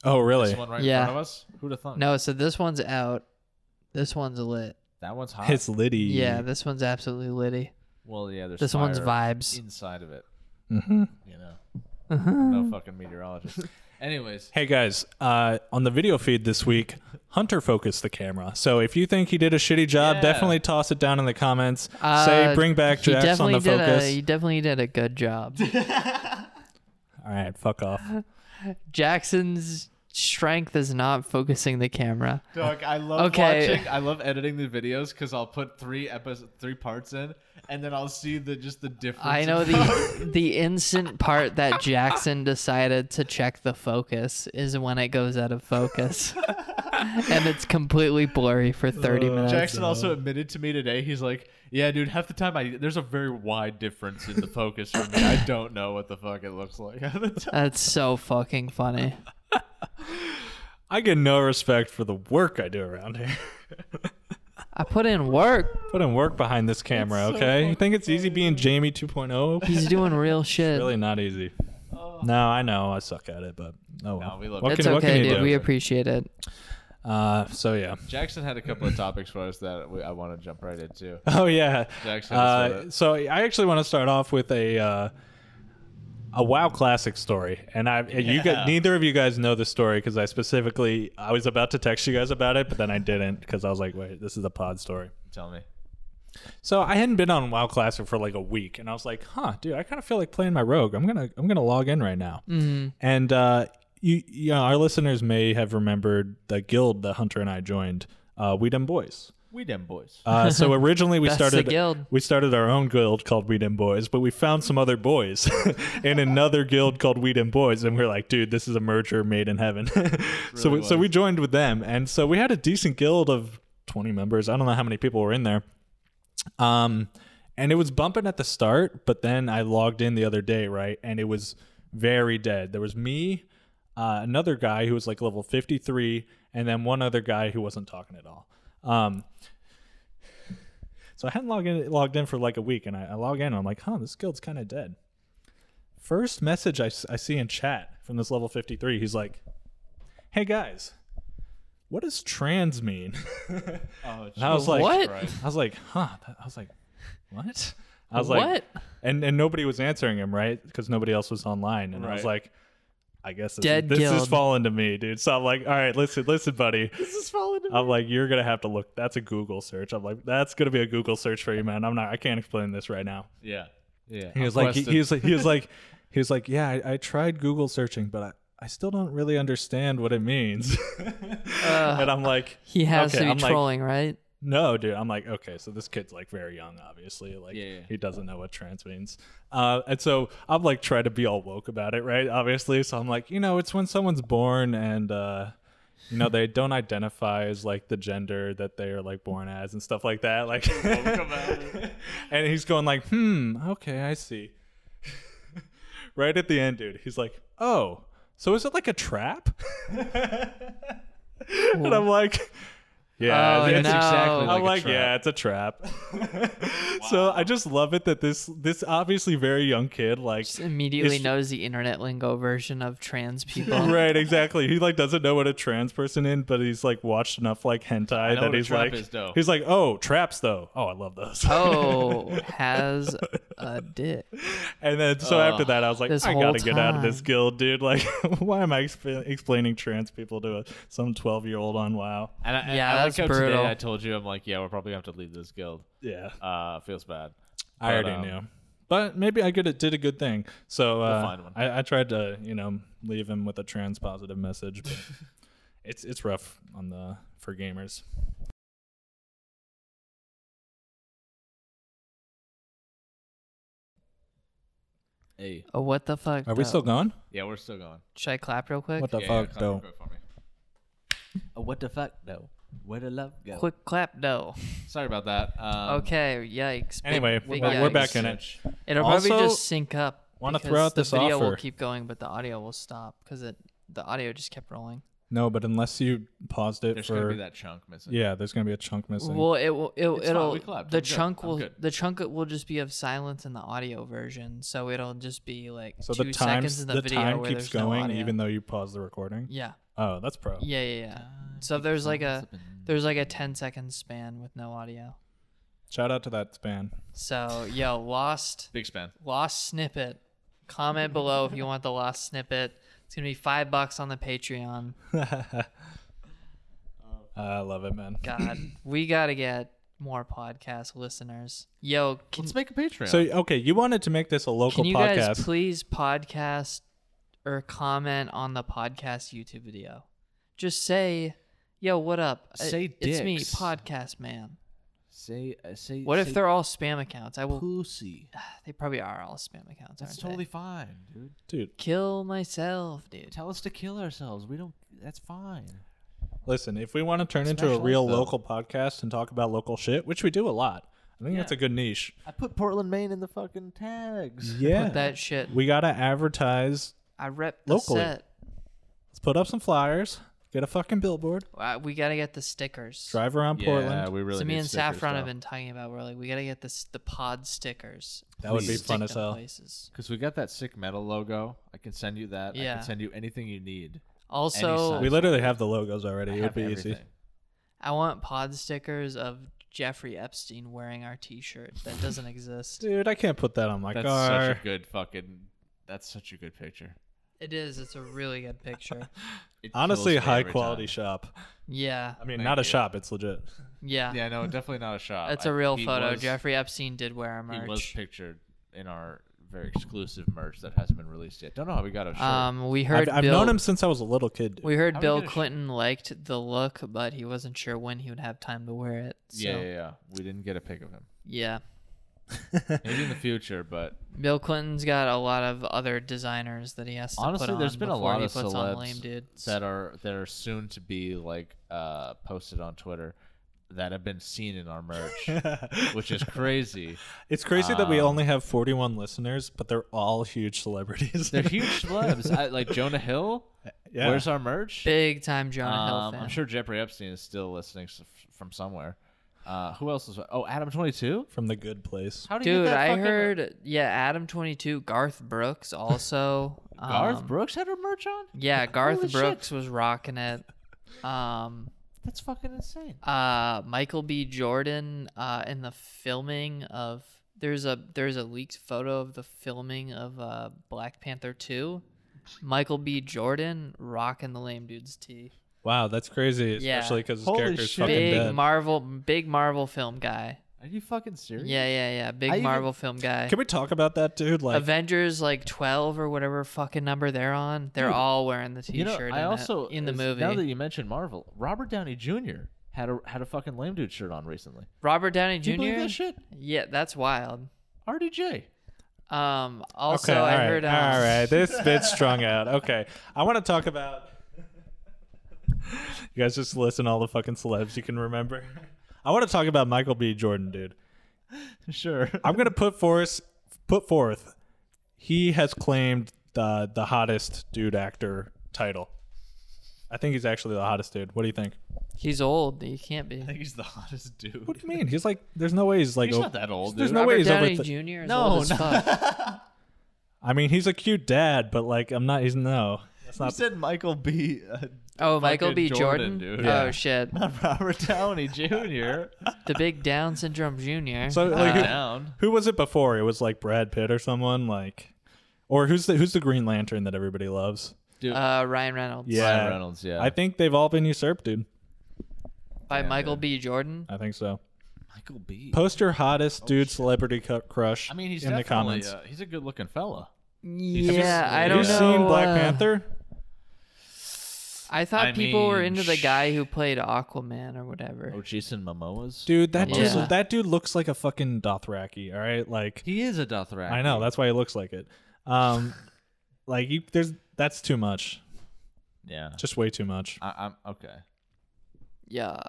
Oh, really?
This one right
Yeah.
in front of us? Who'd have thunk?
No, so this one's out. This one's lit.
That one's hot.
It's Liddy.
Yeah, this one's absolutely litty.
well, yeah, there's
This one's
fire
vibes. Mm-hmm.
inside of it.
Mhm.
You know, no fucking meteorologist. Anyways,
Hey guys, uh, on the video feed this week, Hunter focused the camera. So if you think he did a shitty job,
Yeah.
definitely toss it down in the comments.
Uh,
Say, bring back
he
Jax on the
definitely did a-
focus.
he definitely did a good job.
All right, fuck off.
Jackson's strength is not focusing the camera.
Dog, I love
Okay.
watching. I love editing the videos because I'll put three episodes, three parts in, and then I'll see the just the difference.
I
in-
know the the instant part that Jackson decided to check the focus is when it goes out of focus. and it's completely blurry for 30 minutes.
Jackson also admitted to me today. He's like, "Yeah, dude, half the time I there's a very wide difference in the focus for me. I don't know what the fuck it looks like." half the time."
That's so fucking funny.
I get no respect for the work I do around here.
I put in work.
Put in work behind this camera, okay? You think it's easy being Jamie 2.0?
He's doing real shit.
really not easy. No, I know I suck at it, but oh well.
No, we love
what
it.
Oh. it's
can, what can
okay,
you
dude.
do?
We appreciate it.
uh, so yeah.
Jackson had a couple of topics for us that we, I want to jump right into.
Oh yeah.
Jackson, that's what
Uh, so I actually want to start off with a uh, a WoW classic story, and I you
Yeah.
got, neither of you guys know the story because I specifically I was about to text you guys about it, but then I didn't because I was like, wait, this is a pod story.
Tell me.
So I hadn't been on WoW Classic for like a week, and I was like, "Huh, dude, I kind of feel like playing my rogue. I'm gonna I'm gonna log in right now."
Mm-hmm.
And uh, you, you know, our listeners may have remembered the guild that Hunter and I joined, uh, We Dem Boys.
We dem boys.
Uh, so originally we
That's the
started
guild.
we started our own guild called We Dem Boys, but we found some other boys in another guild called We Dem Boys, and we are like, dude, this is a merger made in heaven. so we,
really
so
was.
we joined with them, and so we had a decent guild of twenty members. I don't know how many people were in there. Um, and it was bumping at the start, but then I logged in the other day, right? And it was very dead. There was me, uh, another guy who was like level 53, and then one other guy who wasn't talking at all. Um, so I hadn't logged in, logged in for like a week, and I, I log in, and I'm like, huh, this guild's kind of dead. First message I, s- I see in chat from this level 53, he's like, hey guys, what does trans mean?
oh,
And I was like,
What?
Christ.
I was like, huh. That- I was like, what? I was like,
What?
And and nobody was answering him, right? Because nobody else was online. And I was
Right.
like, I guess this,
Dead
this is
guild.
falling to me, dude. So I'm like, all right, listen, listen, buddy.
this is falling to
I'm like, you're gonna have to look. That's a Google search. I'm like, that's gonna be a Google search for you, man. I'm not. I can't explain this right now.
Yeah. Yeah.
He was like, he, he was like, he was like, he was like, yeah. I, I tried Google searching, but I, I still don't really understand what it means. and I'm like,
Uh, He has
okay,
to be
I'm like,
trolling, right?
no, dude. I'm like, okay, so this kid's like very young, obviously. Like,
Yeah, yeah.
he doesn't know what trans means. Uh, and so I'm like trying to be all woke about it, right? Obviously. So I'm like, you know, it's when someone's born and, uh, You know, they don't identify as like the gender that they are like born as and stuff like that. Like, and he's going like, hmm, okay, I see. right at the end, dude, he's like, oh, so is it like a trap? and I'm like, yeah,
Oh,
it's-
no.
exactly
Like
I'm
a
like,
trap.
yeah, it's a trap. So I just love it that this this obviously very young kid like
Just immediately
is-
knows the internet lingo version of trans people.
right exactly he like doesn't know what a trans person is but he's like watched enough like hentai that
know what a
he's
trap
like
is, though.
he's like oh traps though oh I love those
Oh, has a dick.
and then so after
Ugh.
that I was like
This
I
whole
gotta get out of this
time.
guild dude like why am I exp- explaining trans people to a, some twelve year old on WoW
And I, and
Yeah,
I
that's
like how today
brutal.
I told you, I'm like, yeah, we're probably going to have to leave this guild.
yeah
Uh, feels bad.
I
But,
already
um,
knew. But maybe I could did a good thing. So uh,
find one.
I, I tried to, you know, leave him with a trans positive message. But it's it's rough on the for gamers.
Hey.
Oh, what the fuck?
Are we
though?
still going?
Yeah, we're still going.
Should I clap real quick?
What the
yeah, yeah,
fuck
come
though?
quick for me. Oh, what the fuck, though? Where the love go?
quick clap? No.
Sorry about that. Um,
okay. Yikes. Big-
Anyway,
big
we're, we're
yikes.
back in it.
It'll probably
Also,
just sync up.
wanna
because
throw out
the
this
video will
offer.
keep going, but the audio will stop because it the audio just kept rolling.
No, but unless you paused it
There's going to
for
be that chunk missing.
yeah, there's gonna be a chunk missing.
Well, it will. It,
fine,
it'll.
we clapped,
The
I'm good,
chunk
I'm
will.
good.
The chunk will just be of silence in the audio version, so it'll just be like
so
two
the
seconds
times
in the,
the,
video
time
where
keeps
there's no
going
audio.
even though you pause the recording.
yeah.
Oh, that's pro.
Yeah. Yeah. Yeah. So there's like a there's like a 10 second span with no audio.
Shout out to that span.
So yo, lost
Big span.
lost snippet. Comment below if you want the lost snippet. It's gonna be five bucks on the Patreon.
I love it, man.
God, we gotta get more podcast listeners. Yo, can,
Let's make a Patreon.
So okay, you wanted to make this a local
can you
podcast.
guys please podcast or comment on the podcast YouTube video? Just say, yo, what up? I-
Say
it's me,
dicks.
podcast man.
say, uh, say,
What
say
if they're all spam accounts? I will.
pussy?
They probably are all spam accounts.
That's
aren't
totally
They?
fine, dude.
Dude,
Kill myself, dude.
Tell us to kill ourselves. We don't. That's fine.
Listen, if we want to turn into a
Special
real
info.
local podcast and talk about local shit, which we do a lot, I think that's a
Yeah.
good niche.
I put Portland, Maine in the fucking tags.
Yeah.
Put that shit.
we got to advertise.
I rep the
Locally.
set.
Let's put up some flyers, get a fucking billboard,
Uh, we gotta get the stickers.
drive around
Yeah,
Portland.
we really.
so me
need
and
stickers,
Saffron have
though.
been talking about. We're like, we gotta get this the pod stickers.
That would be
Please.
fun
Stick
as
them
hell.
Places.
Because we got that sick metal logo. I can send you that. I
Yeah.
can send you anything you need.
Also,
size.
We literally have the logos already.
I
it would
have
be easy.
everything.
I want pod stickers of Jeffrey Epstein wearing our T-shirt that doesn't exist.
Dude, I can't put that on my
That's
car.
such a good fucking. That's such a good picture.
It is. It's a really good picture.
It
Honestly,
kills me
high
every
quality
time.
shop.
Yeah,
I mean,
Thank
not a
you.
shop. It's legit.
yeah.
Yeah, no, definitely not a shot.
That's a real photo.
Was,
Jeffrey Epstein did wear our
He
merch.
was pictured in our very exclusive merch that hasn't been released yet. Don't know how we got a shirt.
um, we
I've,
heard
I've
Bill.
known him since I was a little kid. Dude.
We heard
How do you
Bill
get a shirt?
Clinton liked the look, but he wasn't sure when he would have time to wear it. So,
yeah, yeah, yeah. We didn't get a pic of him.
yeah.
Maybe in the future, but
Bill Clinton's got a lot of other designers that he has to
honestly,
put on
there's been a
before
lot
he
of
puts
celebs
on lame dudes.
that are that are soon to be like uh, posted on Twitter that have been seen in our merch, which is crazy.
It's crazy that we
Um,
only have 41 listeners, but they're all huge celebrities.
They're huge celebs, I, like Jonah Hill.
Yeah.
Where's our merch?
Big time Jonah Hill
Um,
fan.
I'm sure Jeffrey Epstein is still listening s- from somewhere. Uh, who else is? Oh, Adam Twenty Two.
From the good place.
How do you get
Dude,
that
I
fucking-
heard yeah, Adam twenty two, Garth Brooks also.
Garth
um,
Brooks had her merch on.
Yeah, Garth
Holy shit.
Brooks was rocking it. Um,
That's fucking insane.
uh, Michael B. Jordan uh, in the filming of there's a there's a leaked photo of the filming of uh, Black Panther two. Michael B. Jordan rocking the lame dude's tee.
Wow, that's crazy.
Yeah.
Especially because his
Holy
character's
shit.
fucking
Big
dead.
Marvel, big Marvel film guy.
Are you fucking serious?
Yeah, yeah, yeah. Big
I even-
Marvel film guy.
Can we talk about that, dude? Like,
Avengers like 12 or whatever fucking number they're on, they're all wearing the t-shirt
You know,
in,
I
it-
also
in the
as-
movie.
Now that you mentioned Marvel, Robert Downey Jr. had a had a fucking lame dude shirt on recently.
Robert Downey
Do you believe that
Jr.
shit?
Yeah, that's wild.
RDJ.
Um also
okay,
I
all right,
heard um,
all right, this bit's strung out. Okay, I want to talk about. You guys just listen to all the fucking celebs you can remember. I want to talk about Michael B. Jordan, dude.
sure.
I'm gonna put forth put forth. He has claimed the the hottest dude actor title. I think he's actually the hottest dude. What do you think?
He's old. He can't be.
I think he's the hottest dude.
What do you mean? He's like, there's no way he's like.
He's
o-
not that old,
There's
dude.
no way
Robert
he's over.
Downey
Th-
Jr. is
No,
old as
no.
fuck.
I mean, he's a cute dad, but like, I'm not. He's no. That's
You
not.
said Michael B. Uh,
Oh, Michael
Fucking
B.
Jordan,
Jordan.
dude.
Yeah.
Oh shit,
not Robert Downey Jr.
the big Down syndrome Junior. Uh,
So like,
Not
who,
down.
who was it before? It was like Brad Pitt or someone like, or who's the who's the Green Lantern that everybody loves?
Dude,
uh, Ryan Reynolds.
Yeah.
Ryan Reynolds. Yeah.
I think they've all been usurped, dude.
By
Yeah,
Michael
dude.
B. Jordan.
I think so.
Michael B.
Post your hottest dude celebrity cu- crush.
Oh, I mean, he's
in the
definitely
comments.
uh, he's a good-looking fella.
Have you-
Yeah, I
have
don't
Have you
know.
seen Black
uh,
Panther?
I thought
I
people were
mean,
into the
sh-
guy who played Aquaman or whatever.
Oh, Jason Momoa's.
Dude, that
Yeah.
dude, that dude looks like a fucking Dothraki. All right, like
he is a Dothraki.
I know that's why he looks like it. Um, like you, there's that's too much.
Yeah.
Just way too much.
I, I'm okay.
Yeah.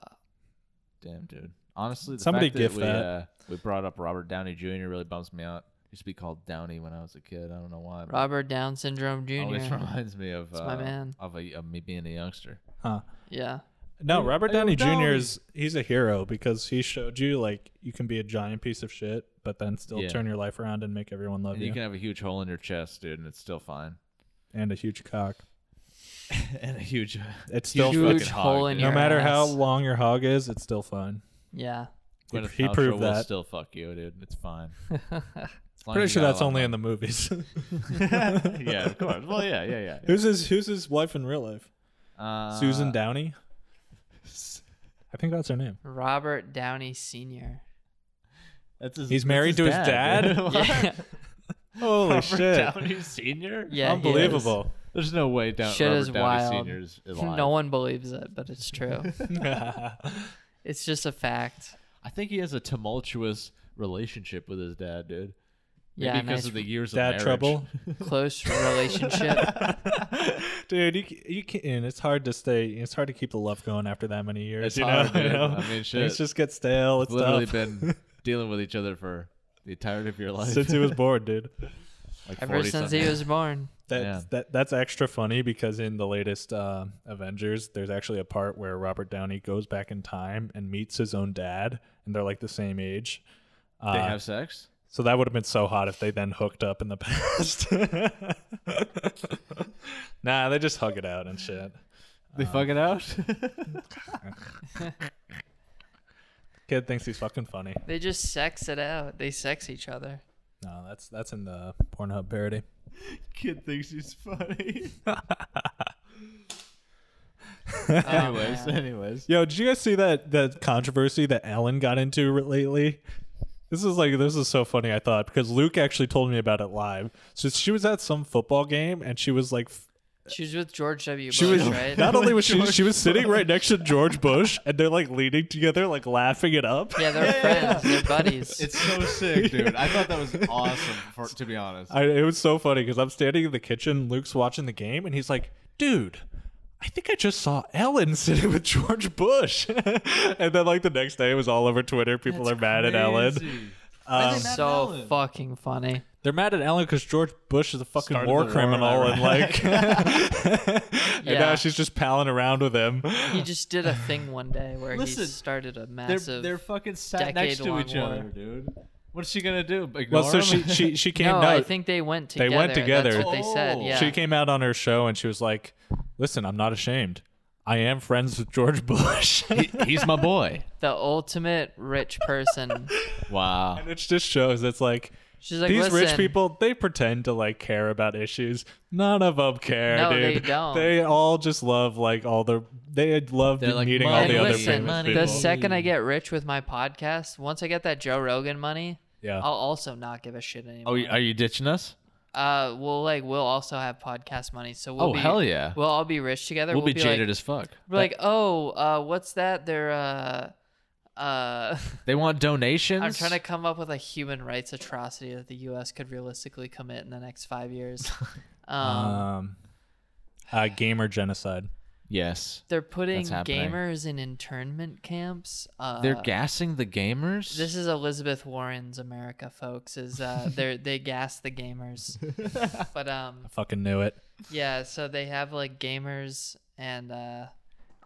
Damn, dude. Honestly, the
Somebody
fact
gift
that we,
that.
Uh, we brought up Robert Downey Jr. really bums me out. Used to be called Downey when I was a kid. I don't know why. but
Robert Down syndrome
it Always
Jr.
reminds me of uh,
my man.
of a of me being a youngster.
Huh.
Yeah.
No,
Hey,
Robert
hey,
Downey
Downey.
Jr. is he's a hero because he showed you like you can be a giant piece of shit, but then still
Yeah.
turn your life around and make everyone love
And
you,
you can have a huge hole in your chest, dude, and it's still fine.
and a huge cock.
and a huge.
It's still
Huge
fucking-
fucking
hole
hog,
in
dude.
no
your
matter how
ass.
long your hog is, it's still fine.
Yeah.
He,
Gwyneth
he
Paltrow
proved
will
that.
still fuck you, dude. It's fine. As long
Pretty
as you
sure
got a
that's
lot of
only in
money.
the movies.
yeah, of course. Well, yeah, yeah, yeah.
who's his Who's his wife in real life?
Uh,
Susan Downey. I think that's her name.
Robert Downey Sr.
That's his,
He's
that's
married to his dad?
dude. What?
Yeah.
Holy
Robert
shit!
Downey Sr.
Yeah, he is.
Unbelievable.
There's no way down.
Shit
Robert
is
Downey
wild.
Sr. is alive.
No one believes it, but it's true.
yeah,
it's just a fact.
I think he has a tumultuous relationship with his dad, dude. Maybe
Yeah,
because
nice
of the years
Dad
of marriage.
trouble?
close relationship.
dude, you c- you can. It's hard to stay. It's hard to keep the love going after that many years.
It's
you
hard,
know, You
dude.
know?
I mean, shit.
Things just get stale. It's
Literally
tough.
been dealing with each other for the entirety of your life.
since he was born, dude.
like
Ever
40
since
something.
he was born.
That,
Yeah.
that that's extra funny because in the latest uh, Avengers, there's actually a part where Robert Downey goes back in time and meets his own dad, and they're like the same age. Uh,
They have sex.
so that would have been so hot if they then hooked up in the past. nah, they just hug it out and shit.
They fuck it out.
Kid thinks he's fucking funny.
They just sex it out. They sex each other.
No, that's that's in the Pornhub parody.
Kid thinks he's funny.
Oh,
anyways,
man.
anyways.
Yo, did you guys see that that controversy that Ellen got into re- lately? This is like this is so funny. I thought because Luke actually told me about it live. So she was at some football game and she was like, f-
she was with George W. Bush,
she was
right?
not only was she
George
she was sitting right next to George Bush and they're like leaning together like laughing it up.
yeah, they're friends. They're buddies.
It's so sick, dude. I thought that was awesome. For, to be honest,
I, it was so funny because I'm standing in the kitchen, Luke's watching the game, and he's like, dude. I think I just saw Ellen sitting with George Bush. and then, like, the next day, it was all over Twitter. People are mad at Ellen.
Um,
so fucking funny.
They're mad at Ellen because George Bush is a fucking
Started
war
the war,
criminal,
am I
and like, and now
Yeah.
she's just palling around with him.
He just did a thing one day where
Listen,
he started a
they're,
massive.
they're fucking sat next to
decade-long
each
war.
other, dude. What's she gonna do? Ignore
Well, so she
him?
she she came
no,
out.
I think they went together.
They went together.
That's what they said.
Oh.
Yeah.
She came out on her show and she was like, "Listen, I'm not ashamed. I am friends with George Bush." and
he's my boy.
the ultimate rich person.
Wow.
it just shows it's like.
She's like,
These rich
"Listen."
people, they pretend to like care about issues. None of them care,
No, they
dude.
don't.
They all just love like all the. They love
They're like,
meeting all
"Money,
the other
listen,
famous
money,
people.
The second I get rich with my podcast, once I get that Joe Rogan money,
yeah,
I'll also not give a shit anymore.
Oh, y- are you ditching us?
Uh, we'll like we'll also have podcast money, so we'll
Oh,
be
hell yeah.
we'll all be rich together.
We'll, be, jaded
Like,
as fuck.
we're like, oh, uh, what's that? They're uh, uh,
They want donations.
I'm trying to come up with a human rights atrocity that the U.S. could realistically commit in the next five years. Um,
um, uh, gamer genocide.
Yes.
They're putting
happening.
gamers in internment camps. Uh,
They're gassing the gamers.
This is Elizabeth Warren's America, folks. Is uh, they they gas the gamers, but um,
I fucking knew it.
yeah. So they have like gamers, and uh,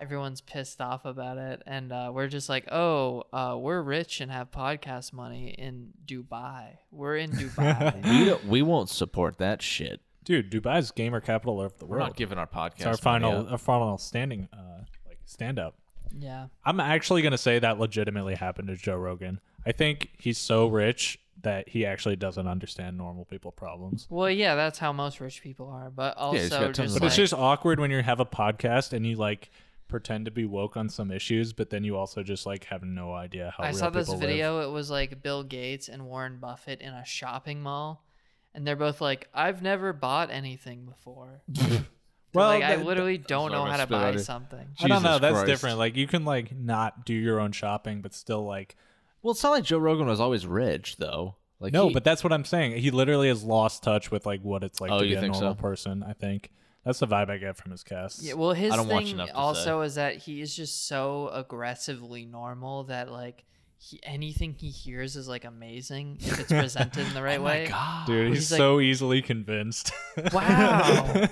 everyone's pissed off about it, and uh, we're just like, oh, uh, we're rich and have podcast money in Dubai. We're in Dubai.
we, don't- we won't support that shit.
Dude, Dubai's gamer capital of the
We're
world.
not giving our podcast.
it's our final our final standing uh like stand up.
yeah,
I'm actually gonna say that legitimately happened to Joe Rogan. I think he's so rich that he actually doesn't understand normal people problems.
well, yeah. That's how most rich people are, but
he's got
also
tons
just
of
But
like,
it's just awkward when you have a podcast and you like pretend to be woke on some issues, but then you also just like have no idea how
Oh,
I
real
saw this
people live.
video. It was like Bill Gates and Warren Buffett in a shopping mall, and they're both like, "I've never bought anything before. They're
Well,
like I
that-
literally don't
not
know
gonna
how to
spit
buy
out it.
something."
I don't know.
Jesus
That's
Christ.
different. Like you can like not do your own shopping, but still like
Well, it's not like Joe Rogan was always rich though. Like
no.
he-
but that's what I'm saying. He literally has lost touch with like what it's like
Oh,
to
you
be a
think
normal
so?
person. I think that's the vibe I get from his cast.
Yeah, well, his
don't watch
thing
enough to
also is that he is just so aggressively normal that like he, anything he hears is like amazing if it's presented in the right
oh
way.
my god,
Dude, he's,
He's like-
so easily convinced.
Wow.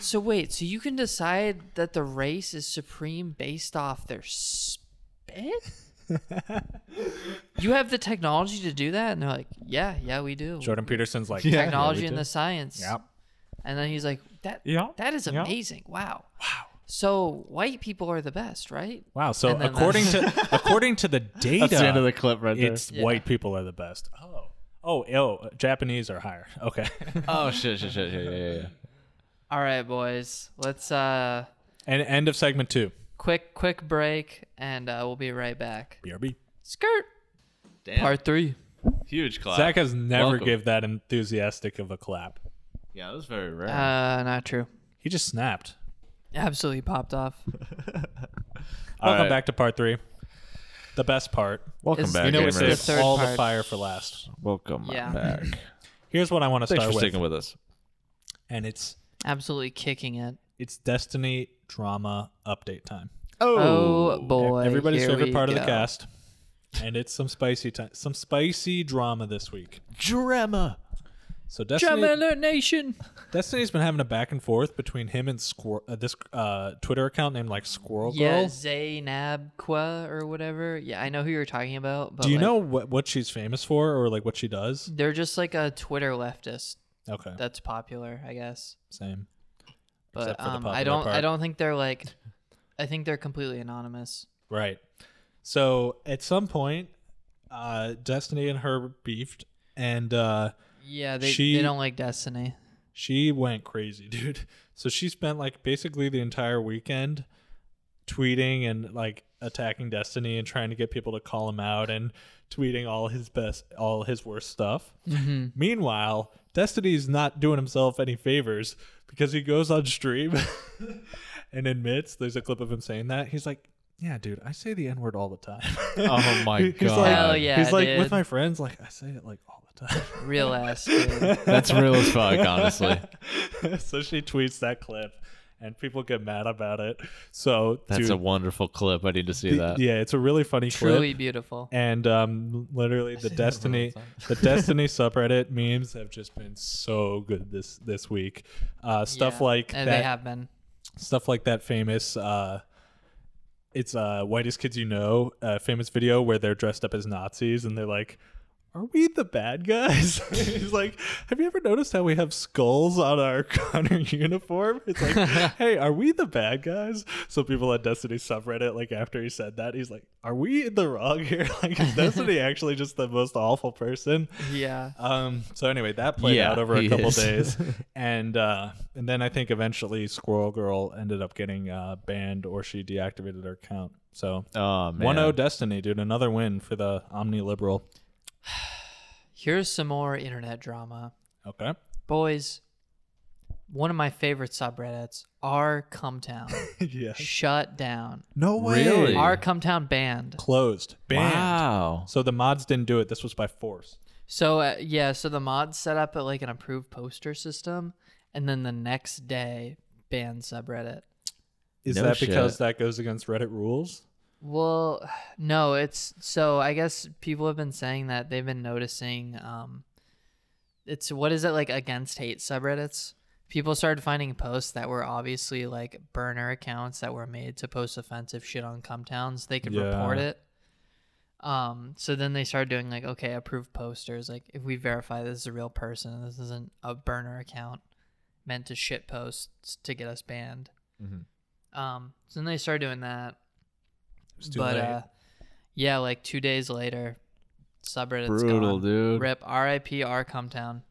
So wait, so you can decide that the race is supreme based off their spit? you have the technology to do that? And they're like, yeah, yeah, we do.
Jordan Peterson's like
Yeah.
technology
we
and
do.
the science.
Yep.
And then he's like, that
Yeah,
that is
yeah.
amazing. Wow. Wow. So white people are the best, right?
Wow. So
And then
according to according to the data,
That's the end of the clip right there.
it's
Yeah.
white people are the best. Oh. Oh, oh, Japanese are higher. Okay.
oh shit, shit, shit, yeah, yeah, yeah.
All right, boys. Let's uh
and end of segment two.
quick quick break and uh, we'll be right back.
BRB.
Skirt.
Damn,
Part 3.
huge clap.
Zach has never
Welcome.
give that enthusiastic of a clap.
Yeah, that was very rare.
Uh not true.
He just snapped.
Absolutely popped off.
Welcome
right.
back to part three. The best part.
Welcome
is-
back,
You know, we
It's the
saved
gamers.
third
all the
part.
fire for last.
Welcome
Yeah.
back.
Here's what I want to
Thanks
start
for
with,
sticking with us.
and it's
Absolutely kicking it.
it's Destiny drama update time.
Oh boy!
e-, Everybody's
here
favorite
we
part of the
go.
cast, and it's some spicy time, some spicy drama this week.
drama.
So Destiny,
Jamaica Nation.
Destiny's been having a back and forth between him and Squir- uh, this uh, Twitter account named like Squirrel
Yeah,
Girl.
Zaynabqua or whatever. Yeah, I know who you're talking about. But
Do you
like,
know what what she's famous for, or like what she does?
They're just like a Twitter leftist
Okay,
that's popular, I guess.
same.
But
Except for the
um, I
popular
don't. I
part.
don't think they're like. I think they're completely anonymous.
Right. So at some point, uh, Destiny and her beefed, and uh,
Yeah, they,
She-
they don't like Destiny.
she went crazy, dude. So she spent like basically the entire weekend tweeting and like attacking Destiny and trying to get people to call him out and tweeting all his best, all his worst stuff. Meanwhile, Destiny's not doing himself any favors because he goes on stream and admits there's a clip of him saying that. He's like, Yeah, dude, I say the N word all the time.
Oh my
He's
God.
like,
Hell yeah,
he's like
dude.
with my friends, like I say it like all the time.
Real ass. Dude.
That's real as fuck, honestly.
so she tweets that clip and people get mad about it. So
That's
dude,
a wonderful clip. I need to see
the-
that.
Yeah, it's a really funny
Truly
clip.
beautiful.
And um, literally the Destiny the Destiny subreddit memes have just been so good this this week. Uh, stuff
Yeah,
like
and
that
they have been.
stuff like that famous uh it's uh whitest kids you know uh, famous video where they're dressed up as nazis and they're like are we the bad guys he's like have you ever noticed how we have skulls on our on our uniform it's like hey are we the bad guys so people on destiny subreddit like after he said that he's like are we in the wrong here like is destiny actually just the most awful person
Yeah.
um. So anyway, that played
Yeah,
out over a
he
couple
is.
days, and uh, and then I think eventually Squirrel Girl ended up getting uh, banned or she deactivated her account. So
Oh man.
one zero Destiny, dude. Another win for the Omni Liberal.
Here's some more internet drama.
Okay.
Boys, one of my favorite subreddits, R Cumtown,
yeah.
shut down.
No way.
Really?
R Cumtown banned.
Closed. Banned.
Wow.
So the mods didn't do it. This was by force.
So uh, yeah, so the mods set up a, like an approved poster system, and then the next day banned subreddit.
Is
No
that
shit.
because that goes against Reddit rules?
Well, no, it's so I guess people have been saying that they've been noticing um it's what is it like against hate subreddits? People started finding posts that were obviously like burner accounts that were made to post offensive shit on Cumtowns. They could report
Yeah.
it. Um, so then they started doing like, okay, approved posters. Like, if we verify this is a real person, this isn't a burner account meant to shit post to get us banned.
Mhm.
Um, so then they started doing that
It's Mm-hmm. too
but
late.
uh yeah, like two days later, subreddit's
Brutal,
gone.
dude.
Rip R.I.P. R. Cumtown.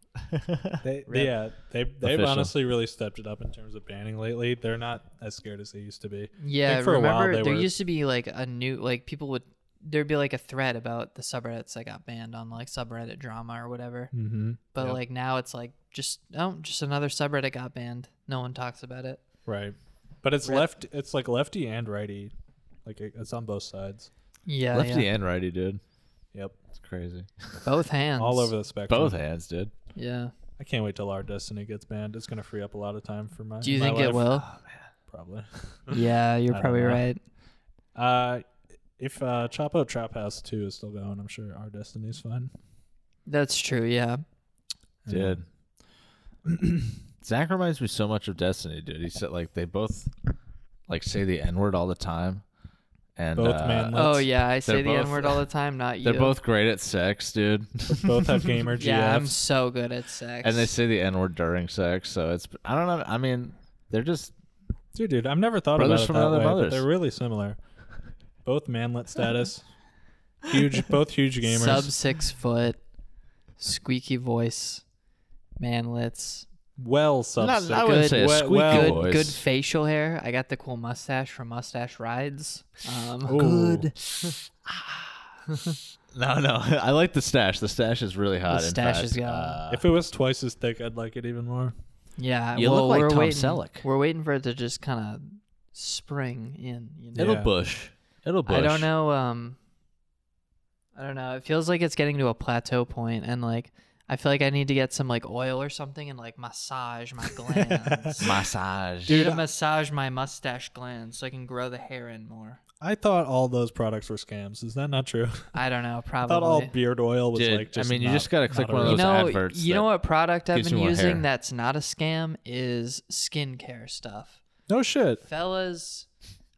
they,
rip.
yeah, they they've
Official.
honestly really stepped it up in terms of banning lately. They're not as scared as they used to be.
Yeah,
think for a while
remember
they
there
were-
used to be like a new like people would there'd be like a thread about the subreddits that got banned on like subreddit drama or whatever.
Mm-hmm.
But
Yep.
like now it's like just oh, just another subreddit got banned. No one talks about it.
Right, but it's
Rip.
left. It's like lefty and righty, like it, it's on both sides.
Yeah,
Lefty
yeah.
and righty, dude.
Yep,
It's crazy.
both hands.
all over the spectrum.
Both hands, dude.
Yeah.
I can't wait till our Destiny gets banned. It's gonna free up a lot of time for my.
Do you
my
think
life.
it will?
Probably.
yeah,
I
you're
don't
probably
know.
right.
Uh, if uh, Chapo Trap House Two is still going, I'm sure our Destiny's fine.
That's true. Yeah.
Dude. Zach reminds me so much of Destiny, dude. He said like they both like say the N word all the time. And
Both
uh,
man
oh
Let's-
yeah, I say
they're
the
both-
n word all the time. Not you.
They're both great at sex, dude.
Both have gamer GFs.
Yeah, I'm so good at sex.
and they say the N word during sex, so it's I don't know. I mean, they're just
Dude, dude, I've never thought
Brothers
about it
from
that
another
way. but
mothers.
They're really similar. Both manlet status, huge, both huge gamers.
Sub six foot, squeaky voice, manlets,
Well, sub
Not-
six.
I wouldn't say a
Well-
squeaky
well-
good
voice.
good facial hair. I got the cool mustache from Mustache Rides. Um,
Ooh.
good.
no, no. I like the stash. The stash is really hot.
The
in
stash
fact.
is gone.
Uh,
If it was twice as thick, I'd like it even more.
Yeah,
You
well,
look like
we're
Tom
waiting,
Selleck.
We're waiting for it to just kind of spring in. You know?
it'll
Yeah.
bush. It'll bush.
I don't know. Um, I don't know. It feels like it's getting to a plateau point, and like I feel like I need to get some like oil or something and like massage my glands.
Massage.
Dude, to massage my mustache glands so I can grow the hair in more.
I thought all those products were scams. Is that not true?
I don't know,
I
probably.
thought all beard oil was
Dude,
like.
I
Just
mean, you
not-
just gotta
not
click
a
one of
real-
you
those
know,
adverts
you know
that
what product I've
gives
been
you more
using
hair.
that's not a scam is skincare stuff.
No shit,
Fellas,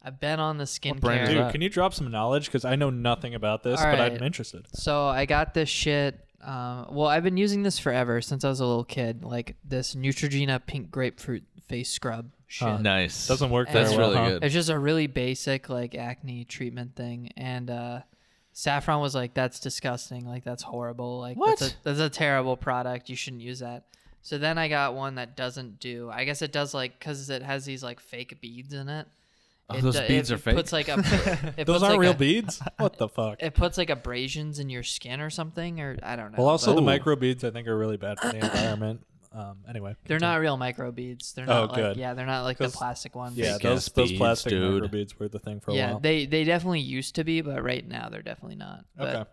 I've been on the
brand
skincare.
is
dude.
that?
Can you drop some knowledge? Because I know nothing about this,
All
but
right.
I'm interested.
So I got this shit. Um, well, I've been using this forever since I was a little kid. Like this Neutrogena pink grapefruit face scrub shit.
Huh.
nice
Doesn't work.
That's
very well,
really
huh?
good.
It's just a really basic like acne treatment thing, and uh, Saffron was like, "That's disgusting. Like that's horrible. Like That's,
What?
a, that's a terrible product. You shouldn't use that." So then I got one that doesn't do. I guess it does like because it has these like fake beads in it.
Oh,
It
those
do- it-
beads are
it
fake?
Puts like a, it
Those aren't
puts, like,
real
a-
beads. What the fuck?
It puts like abrasions in your skin or something, or I don't know.
Well, also
but
the
Ooh.
micro beads I think are really bad for the environment. Um, anyway,
they're
continue.
not real micro beads. They're
Oh,
not like
good.
yeah, they're not like the
'Cause-
plastic ones.
Yeah,
Fake
those
ass
those
beads,
plastic
dude.
micro beads were the thing for a
yeah,
while.
they they definitely used to be, but right now they're definitely not. But,
Okay.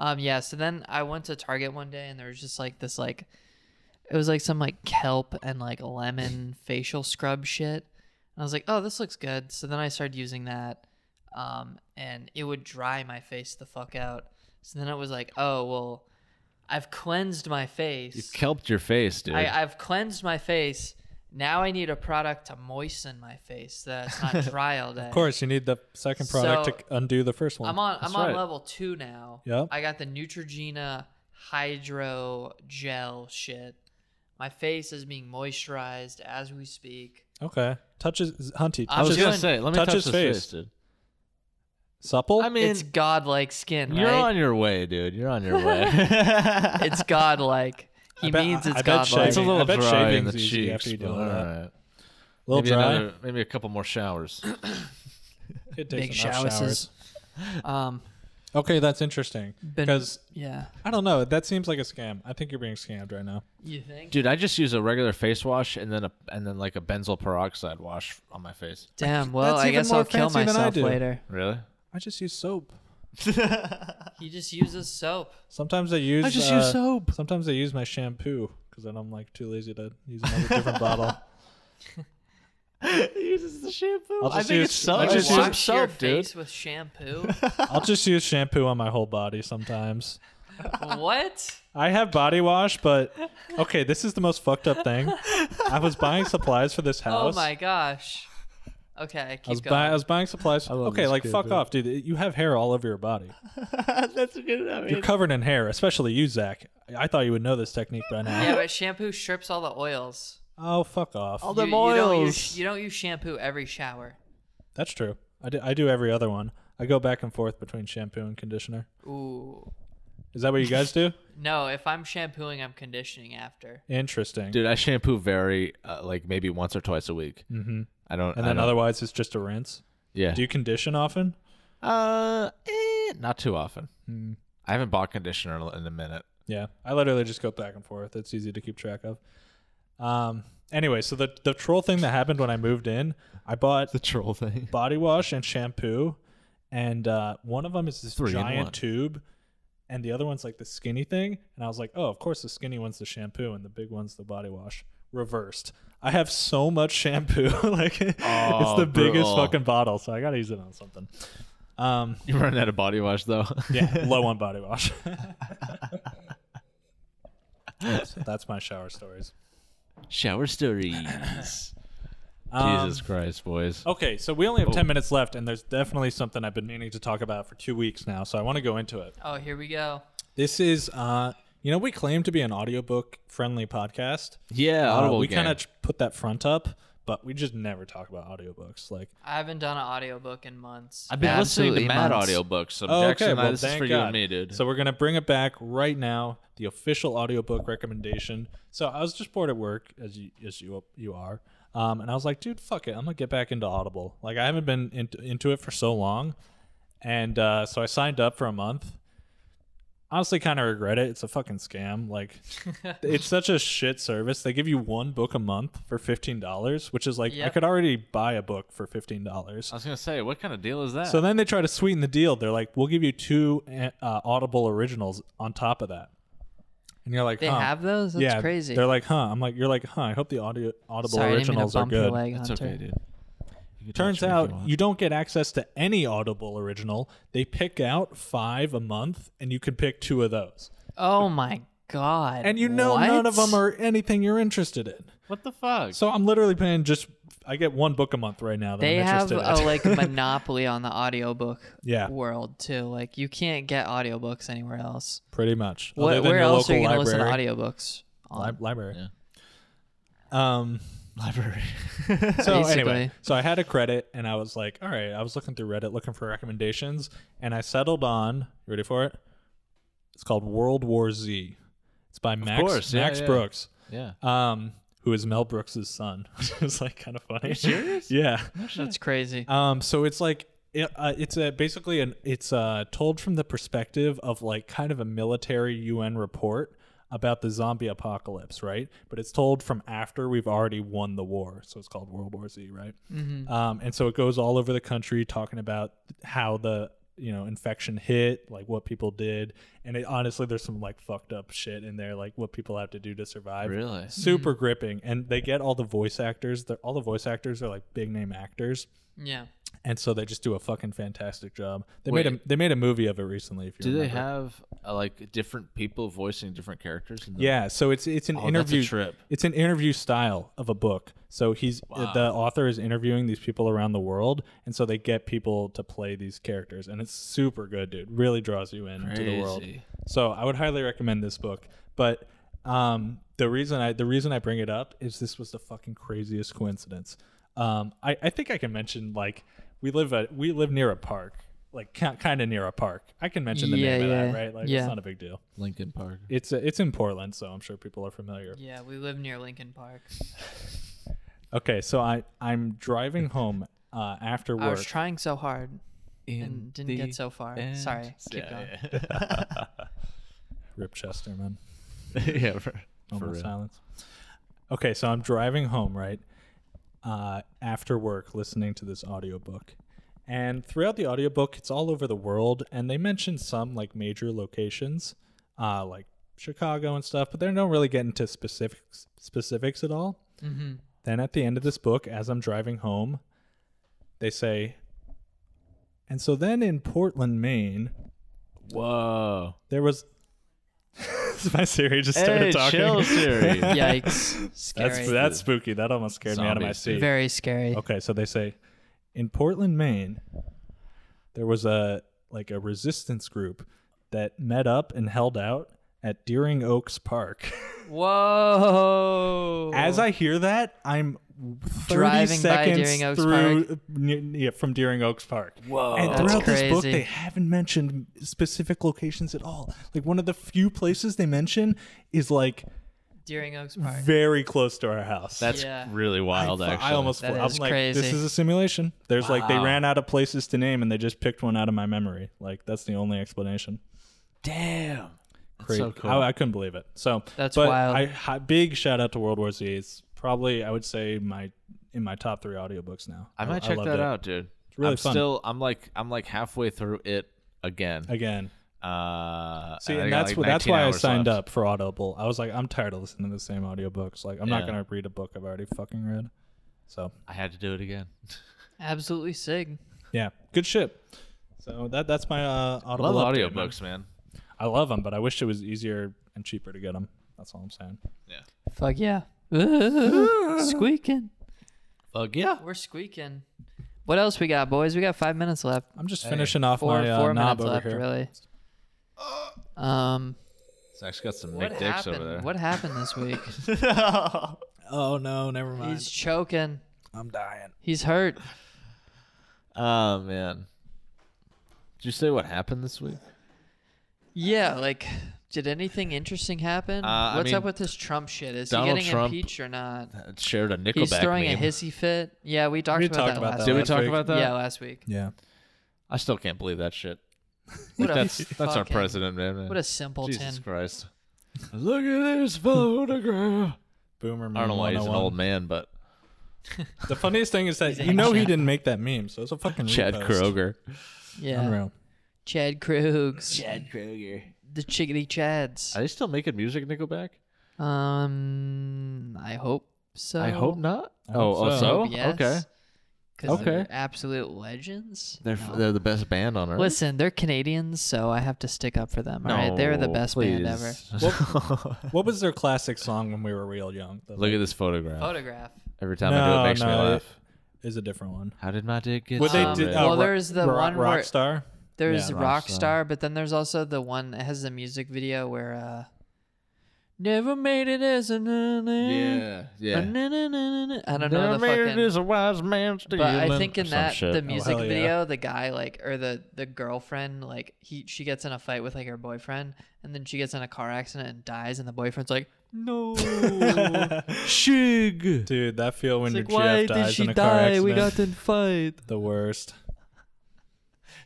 Um, yeah. So then I went to Target one day, and there was just like this like, it was like some like kelp and like lemon facial scrub shit. And I was like, oh, this looks good. So then I started using that, um, and it would dry my face the fuck out. So then it was like, oh well, I've cleansed my face.
You kelped your face, dude.
I, I've cleansed my face. Now I need a product to moisten my face so that it's not dry all day.
Of course, you need the second product
So-
to c- undo the first one.
I'm on I'm
That's
on
right.
level two now.
Yep.
I got the Neutrogena hydro gel shit. My face is being moisturized as we speak.
Okay. Touches Hunty.
I
I was
touches-
doing-
gonna say, let me
touch
touch,
his
his
face.
face, dude.
supple.
I mean,
it's godlike skin,
you're
right?
on your way, dude. You're on your way.
It's godlike. He
I bet-
means
I
it's
bet
godlike.
It's a
shaving- I
little
bet
dry in
shaving's
the
easy after
cheeks,
you do
but
all
all
that.
right.
a little
maybe
dry.
another, maybe a couple more showers.
it takes
Big
enough showers.
showers. Um,
Okay, that's interesting.
Been-
Because
yeah.
I don't know, that seems like a scam. I think you're being scammed right now.
You think?
Dude, I just use a regular face wash and then a and then like a benzyl peroxide wash on my face.
Damn. Well,
That's
I
even
guess
more
I'll kill
fancy than I
myself
do.
later.
Really?
I just use soap.
He just uses soap.
Sometimes I use.
I just
uh,
use soap.
Sometimes I use my shampoo because then I'm like too lazy to use another different bottle.
you uses the shampoo.
I'll
I
just
think
use-
it's so
I'll just
it's
use-
so
wash your
cheap, dude.
face with shampoo.
I'll just use shampoo on my whole body sometimes.
what?
I have body wash, but okay, this is the most fucked up thing. I was buying supplies for this
Oh
house.
my gosh. Okay, keep
I was,
going.
buy- I was buying supplies.
I love
Okay,
this
like
kid,
fuck
dude.
off, dude. You have hair all over your body.
That's a good. I
You're
mean,
covered in hair, especially you, Zach. I- I thought you would know this technique by now.
yeah, but shampoo strips all the oils.
Oh, fuck off.
all
You,
them
you don't
oils.
use, you don't use shampoo every shower.
That's true. I do, I do every other one. I go back and forth between shampoo and conditioner.
Ooh.
Is that what you guys do?
No, if I'm shampooing, I'm conditioning after.
Interesting.
Dude, I shampoo very uh, like maybe once or twice a week.
Mm-hmm.
I don't.
And
I
then
don't-
otherwise, it's just a rinse.
Yeah.
Do you condition often?
uh, eh, not too often.
Hmm.
I haven't bought conditioner in a- in a minute.
Yeah, I literally just go back and forth. It's easy to keep track of. Um. Anyway, so the the troll thing that happened when I moved in, I bought
troll thing.
body wash and shampoo, and uh, one of them is this
Three in
giant
one.
tube, and the other one's like the skinny thing. And I was like, oh, of course the skinny one's the shampoo and the big one's the body wash. Reversed. I have so much shampoo, like it's
Oh,
the biggest
brutal.
fucking bottle, so I gotta use it on something. Um,
You run out of body wash though.
yeah, low on body wash. that's, that's my shower stories.
Shower stories.
Um,
Jesus Christ, boys.
Okay, so we only
Oh.
have 10 minutes left, and there's definitely something I've been meaning to talk about for two weeks now, so I want to go into it.
Oh, here we go.
This is, uh, you know, we claim to be an audiobook friendly podcast.
Yeah,
Uh,
Audible
we
gang.
kind of put that front up, but we just never talk about audiobooks. Like,
I haven't done an audiobook in months.
I've been listening to
Absolutely
mad
months.
audiobooks. So
Oh,
Jackson and I,
well,
this is
thank
for you
God.
and me, dude.
So we're gonna bring it back right now. The official audiobook recommendation. So I was just bored at work, as you as you you are, um, and I was like, dude, fuck it, I'm gonna get back into Audible. Like I haven't been into, into it for so long, and uh, so I signed up for a month. Honestly, kind of regret it. It's a fucking scam. Like, it's such a shit service. They give you one book a month for fifteen dollars, which is like I
Yep.
could already buy a book for fifteen dollars.
I was gonna say, what kind of deal is that?
So then they try to sweeten the deal. They're like, "We'll give you two uh, Audible originals on top of that," and you're like,
They
huh.
have those? That's
yeah,
crazy.
They're like, "Huh?" I'm like, "You're like, huh?" I hope the audio Audible
Sorry, I didn't mean to
originals are
bump your
good.
leg,
That's
Hunter.
okay, dude. You can
Turns
touch me if
out
want.
you don't get access to any Audible original. They pick out five a month, and you can pick two of those.
Oh my god.
And you know
What?
none of them are anything you're interested in.
what the fuck?
So I'm literally paying just. I get one book a month right now that
They
I'm
have
interested
a
in.
like monopoly on the audiobook
Yeah.
world too. Like you can't get audiobooks anywhere else.
pretty much.
What,
Other than
where
your
else are
local
you gonna
library.
listen to audiobooks? Oh, On?
Lib- library. Um.
library.
So anyway,
Basically.
so I had a credit and I was like, all right, I was looking through Reddit looking for recommendations and I settled on, you ready for it? It's called World War Z. It's by Max
course, yeah,
Max
yeah.
Brooks,
yeah.
um, who is Mel Brooks' son. it's like kind of funny.
serious?
yeah.
That's crazy.
Um, so it's like it, uh, it's a basically an it's uh, told from the perspective of like kind of a military UN report about the zombie apocalypse, right? But it's told from after we've already won the war, so it's called World War Z, right? Um, and so it goes all over the country talking about how the you know infection hit, like what people did, and it, honestly, there's some like fucked up shit in there, like what people have to do to survive
Really?
super gripping and they get all the voice actors They're, all the voice actors are like big name actors
Yeah.
and so they just do a fucking fantastic job they made a
Wait.
they made a movie of it recently if you
Do they
remember.
have uh, like different people voicing different characters? In the-
yeah so it's it's an
Oh, that's a
interview
trip.
it's an interview style of a book so he's uh, the author is interviewing these people around the world and so they get people to play these characters and it's super good dude really draws you in to the world
Crazy.
so i would highly recommend this book but um the reason i the reason i bring it up is this was the fucking craziest coincidence um i i think i can mention like we live at we live near a park like kind of near a park i can mention the
Yeah,
name of
yeah,
that right like
yeah.
it's not a big deal
Lincoln Park.
it's uh it's in portland so i'm sure people are familiar
Yeah, we live near Lincoln Park.
Okay, so I I'm driving home uh, after
I
work.
was trying so hard and didn't get so far. Sorry. Keep going.
Rip Chester, man.
going. yeah. For, for
Moment of
real.
Oh, silence. Okay, so I'm driving home right uh, after work, listening to this audiobook. And throughout the audiobook, it's all over the world, and they mention some like major locations, uh,
Mm-hmm.
like Chicago and stuff, but they don't really get into specifics specifics at all. Then at the end of this book, as I'm driving home, they say, and so then in Portland, Maine,
Whoa.
there was. my Siri just started talking.
Siri.
Yikes. Scary.
That's that's spooky. That almost scared me out of my
Zombies,
seat.
dude.
Very scary.
Okay, so they say in Portland, Maine, there was a like a resistance group that met up and held out at Deering Oaks Park.
Whoa.
As I hear that, I'm 30
Driving by
seconds
Deering Oaks
through ne- yeah, from Deering Oaks Park.
Whoa.
And
That's
throughout this book,
crazy.
they haven't mentioned specific locations at all. Like one of the few places they mention is like
Deering Oaks Park.
very close to our house.
That's
Yeah.
really wild,
I, fu-
actually.
I almost
That
I'm
is
like this
crazy.
is a simulation. There's like they
Wow.
ran out of places to name and they just picked one out of my memory. Like that's the only explanation.
Damn.
Great.
so cool.
I, I couldn't believe it. So
That's
but
wild.
I, hi- big shout out to World War Z. It's probably I would say my in my top three audiobooks now.
I might check
loved
that
it.
out, dude. It's
really
I'm
fun.
Still, I'm like, I'm like halfway through it again.
again.
Uh,
See,
I
and
got,
that's
like,
what that's
19
why I
hours
signed
left.
up for Audible. I was like, I'm tired of listening to the same audiobooks. Like, I'm not
Yeah.
gonna read a book I've already fucking read. So
I had to do it again.
Absolutely sig.
yeah, good shit. So that that's my uh,
I
Audible.
love
update, man.
audiobooks, man.
I love them, but I wish it was easier and cheaper to get them. That's all I'm saying.
Fuck yeah. Ooh, squeaking.
Fuck yeah.
We're squeaking. What else we got, boys? We got five minutes left.
I'm just
Hey,
finishing off
Four,
my uh,
four
knob
minutes
over
left,
here.
really. Um,
Zach's got some
what
Nick Dicks
happened?
over there.
What happened this week?
Oh no, never mind.
He's choking.
I'm dying.
He's hurt.
Oh man. Did you say what happened this week?
Yeah, like, did anything interesting happen?
Uh, I
What's
mean,
up with this Trump shit? Is
Donald
he getting
Trump-
impeached or not?
Uh, It shared a Nickelback
He's throwing
meme.
a hissy fit. Yeah, we talked
We
about
talked
that
about
last
that.
Did we
last
talk
week.
about that?
Yeah, last week.
Yeah.
I still can't believe that shit.
What a
that's that's our
fucking-
president, man.
What a simpleton.
Jesus Christ. Look at this photograph.
Boomer meme.
I don't know why he's an old man, but
The funniest thing is that
He's
you know he
ancient.
didn't make that meme, so it's a fucking
Chad
repost.
Kroger.
Yeah.
Unreal.
Chad Krugs.
Chad Kroger.
The Chickadee Chads.
Are they still making music, Nickelback?
um, I hope so.
I hope not.
I
oh,
hope
oh,
so.
so?
Hope yes,
Okay.
'cause
Okay.
they're absolute legends.
They're,
No.
they're the best band on earth.
Listen, they're Canadians, so I have to stick up for them. All
no,
right, they're the best band ever.
please.
What was their classic song when we were real young? The-
Look at this photograph.
Photograph.
Every time I do it,
No,
it makes me
no,
laugh.
is a different one.
How did my dick get
What they
so
did?
red?
Uh,
um, well,
Ro-
there's the
Ro-
one where-
Rockstar.
There's
Yeah.
Rockstar, but then there's also the one that has the music video where uh, never made it as a na- na-
Yeah,
a
yeah.
na- na- na- na- na- I don't know the fucking.
a wise man stealing.
But I think in
or some
that
shit.
the music
Oh, hell yeah.
video, the guy like or the the girlfriend like he she gets in a fight with like her boyfriend, and then she gets in a car accident and dies, and the boyfriend's like, "No,
Shig.
Dude, that feel when
It's
your
like, why
GF dies
did she
in a car
die?
accident.
We got in fight.
the worst.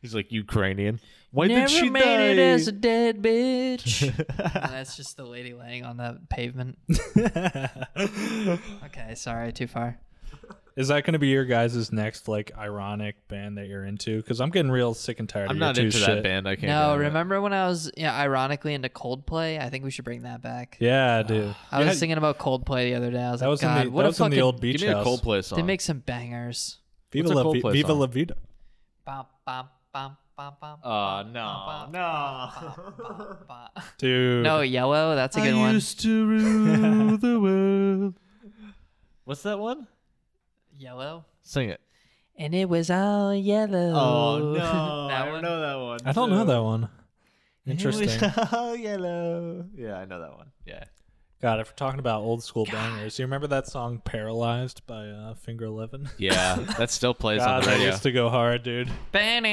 He's like Ukrainian. Why
Never
did she
made
die?
it as a dead bitch." and that's just the lady laying on the pavement. okay, sorry, too far.
Is that going to be your guys' next like ironic band that you're into? Because I'm getting real sick and tired. of
I'm
your
not
two
into that
shit.
band. I can't.
No,
get into it.
remember when I was yeah, ironically into Coldplay? I think we should bring that back.
Yeah, dude.
I was
Yeah,
thinking about Coldplay the other day. I was
that
like,
was
God,
in the,
what
that
a
was in
fucking
the old beach
Give me a
house.
Coldplay song.
they make some bangers.
Viva
What's a
La, Vi-
Coldplay
Viva
song?
La Vida.
Bum, bum, bum, bum, bum,
Aw,
bum,
Uh, no,
bum,
no.
bum, bum, bum.
Dude.
No, yellow. That's a good
I
one.
used to rule the world. What's that one?
Yellow.
Sing it.
And it was all yellow.
Oh,
that one.
that one.
I don't know that one.
And it was
Interesting.
all yellow. Yeah, I know that one. Yeah.
God, if we're talking about old school bangers, you remember that song "Paralyzed" by uh, Finger Eleven?
Yeah, that still plays on
God,
the
that
radio.
used to go hard, dude.
That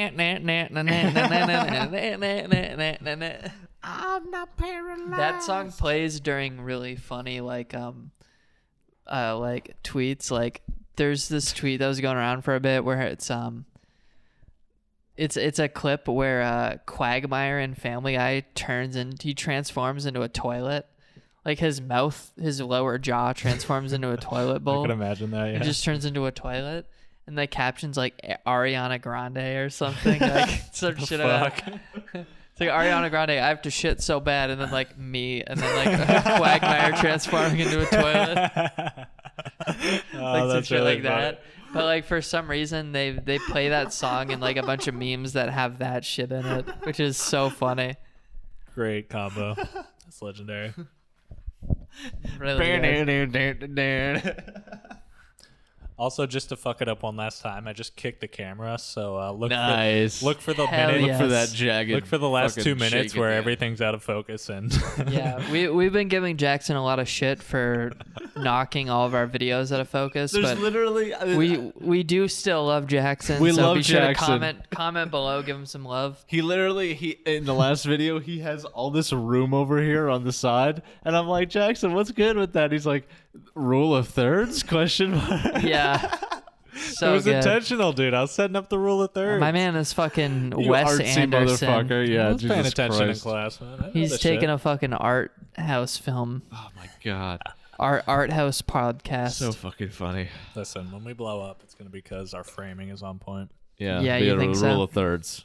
I'm not paralyzed.
song plays during really funny like um uh like tweets like there's this tweet that was going around for a bit where it's um it's it's a clip where uh Quagmire in Family Guy turns and he transforms into a toilet. Like his mouth, his lower jaw transforms into a toilet
I
bowl.
can imagine that. Yeah.
It just turns into a toilet, and the caption's like "A- Ariana Grande or something, like some shit about.
Fuck.
It's like Ariana Grande, I have to shit so bad, and then like me, and then like Quagmire transforming into a toilet.
Oh,
like some
that's
shit
really
like that. But like for some reason they they play that song in like a bunch of memes that have that shit in it, which is so funny.
Great combo. That's legendary.
Really good.
Also, just to fuck it up one last time, I just kicked the camera. So uh, look
nice.
for, look for the
Hell
minute.
yeah.
Look for
Yes.
that jagged.
Look for the last
fucking
two minutes
shaking
where
hand.
everything's out of focus and
yeah, we we've been giving Jackson a lot of shit for knocking all of our videos out of focus,
There's
but
literally. uh, I mean,
we we do still love Jackson.
We
so
love
be sure to
Jackson.
comment comment below, give him some love.
He literally he in the last video he has all this room over here on the side, and I'm like Jackson, what's good with that? He's like, rule of thirds? Question mark.
Yeah. So
it was
good.
intentional, dude. I was setting up the rule of thirds.
My man is fucking
You
Wes
artsy
Anderson.
motherfucker. Yeah,
I was paying
Jesus
attention
Christ.
in class, man. I know
He's
this
taking
shit.
a fucking art house film,
Oh my god,
art art house podcast.
so fucking funny.
Listen, when we blow up, it's gonna be because our framing is on point.
Yeah,
Yeah,
the
you
r-
think
rule
so?
of thirds.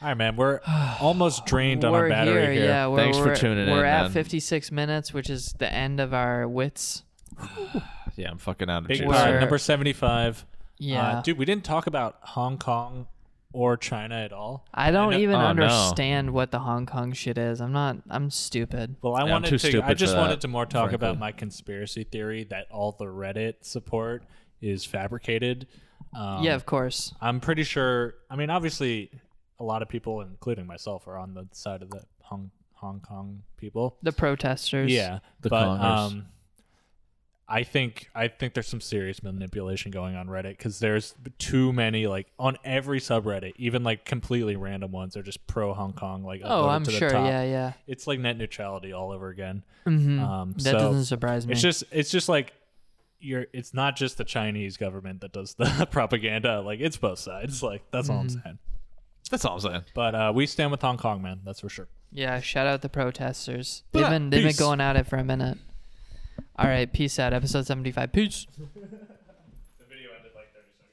All right, man. We're almost drained on our
We're
battery here.
Yeah, we're,
Thanks for
we're-
tuning in,
We're at
man.
56 minutes, which is the end of our wits.
Yeah, I'm fucking out of
Big
juice.
pod
We're-
number seventy-five.
Yeah,
uh, dude, we didn't talk about Hong Kong or China at all.
I don't
know-
even
oh, no.
understand what the Hong Kong shit is. I'm not. I'm stupid.
Well, I
I'm
wanted
too
to. I
stupid
just
for that,
wanted to more talk about
frankly.
my conspiracy theory that all the Reddit support is fabricated. Um,
yeah, of course.
I'm pretty sure. I mean, obviously, a lot of people, including myself, are on the side of the Hong Hong Kong people.
The protesters.
Yeah,
The
but
Kongers.
um, I think I think there's some serious manipulation going on Reddit because there's too many like on every subreddit, even like completely random ones are just pro Hong Kong. Like
Oh,
uploaded
I'm
to the
sure.
top.
Yeah, yeah.
it's like net neutrality all over again.
hmm
Um,
that
so
doesn't surprise me.
it's just it's just like you're. It's not just the Chinese government that does the propaganda. Like it's both sides. Like that's all I'm saying.
That's all I'm saying.
But uh, we stand with Hong Kong, man. That's for sure.
yeah. Shout out the protesters. They've been they've been
Peace.
going at it for a minute. All right. Peace out. Episode 75. Peace.
The video ended like 30 seconds.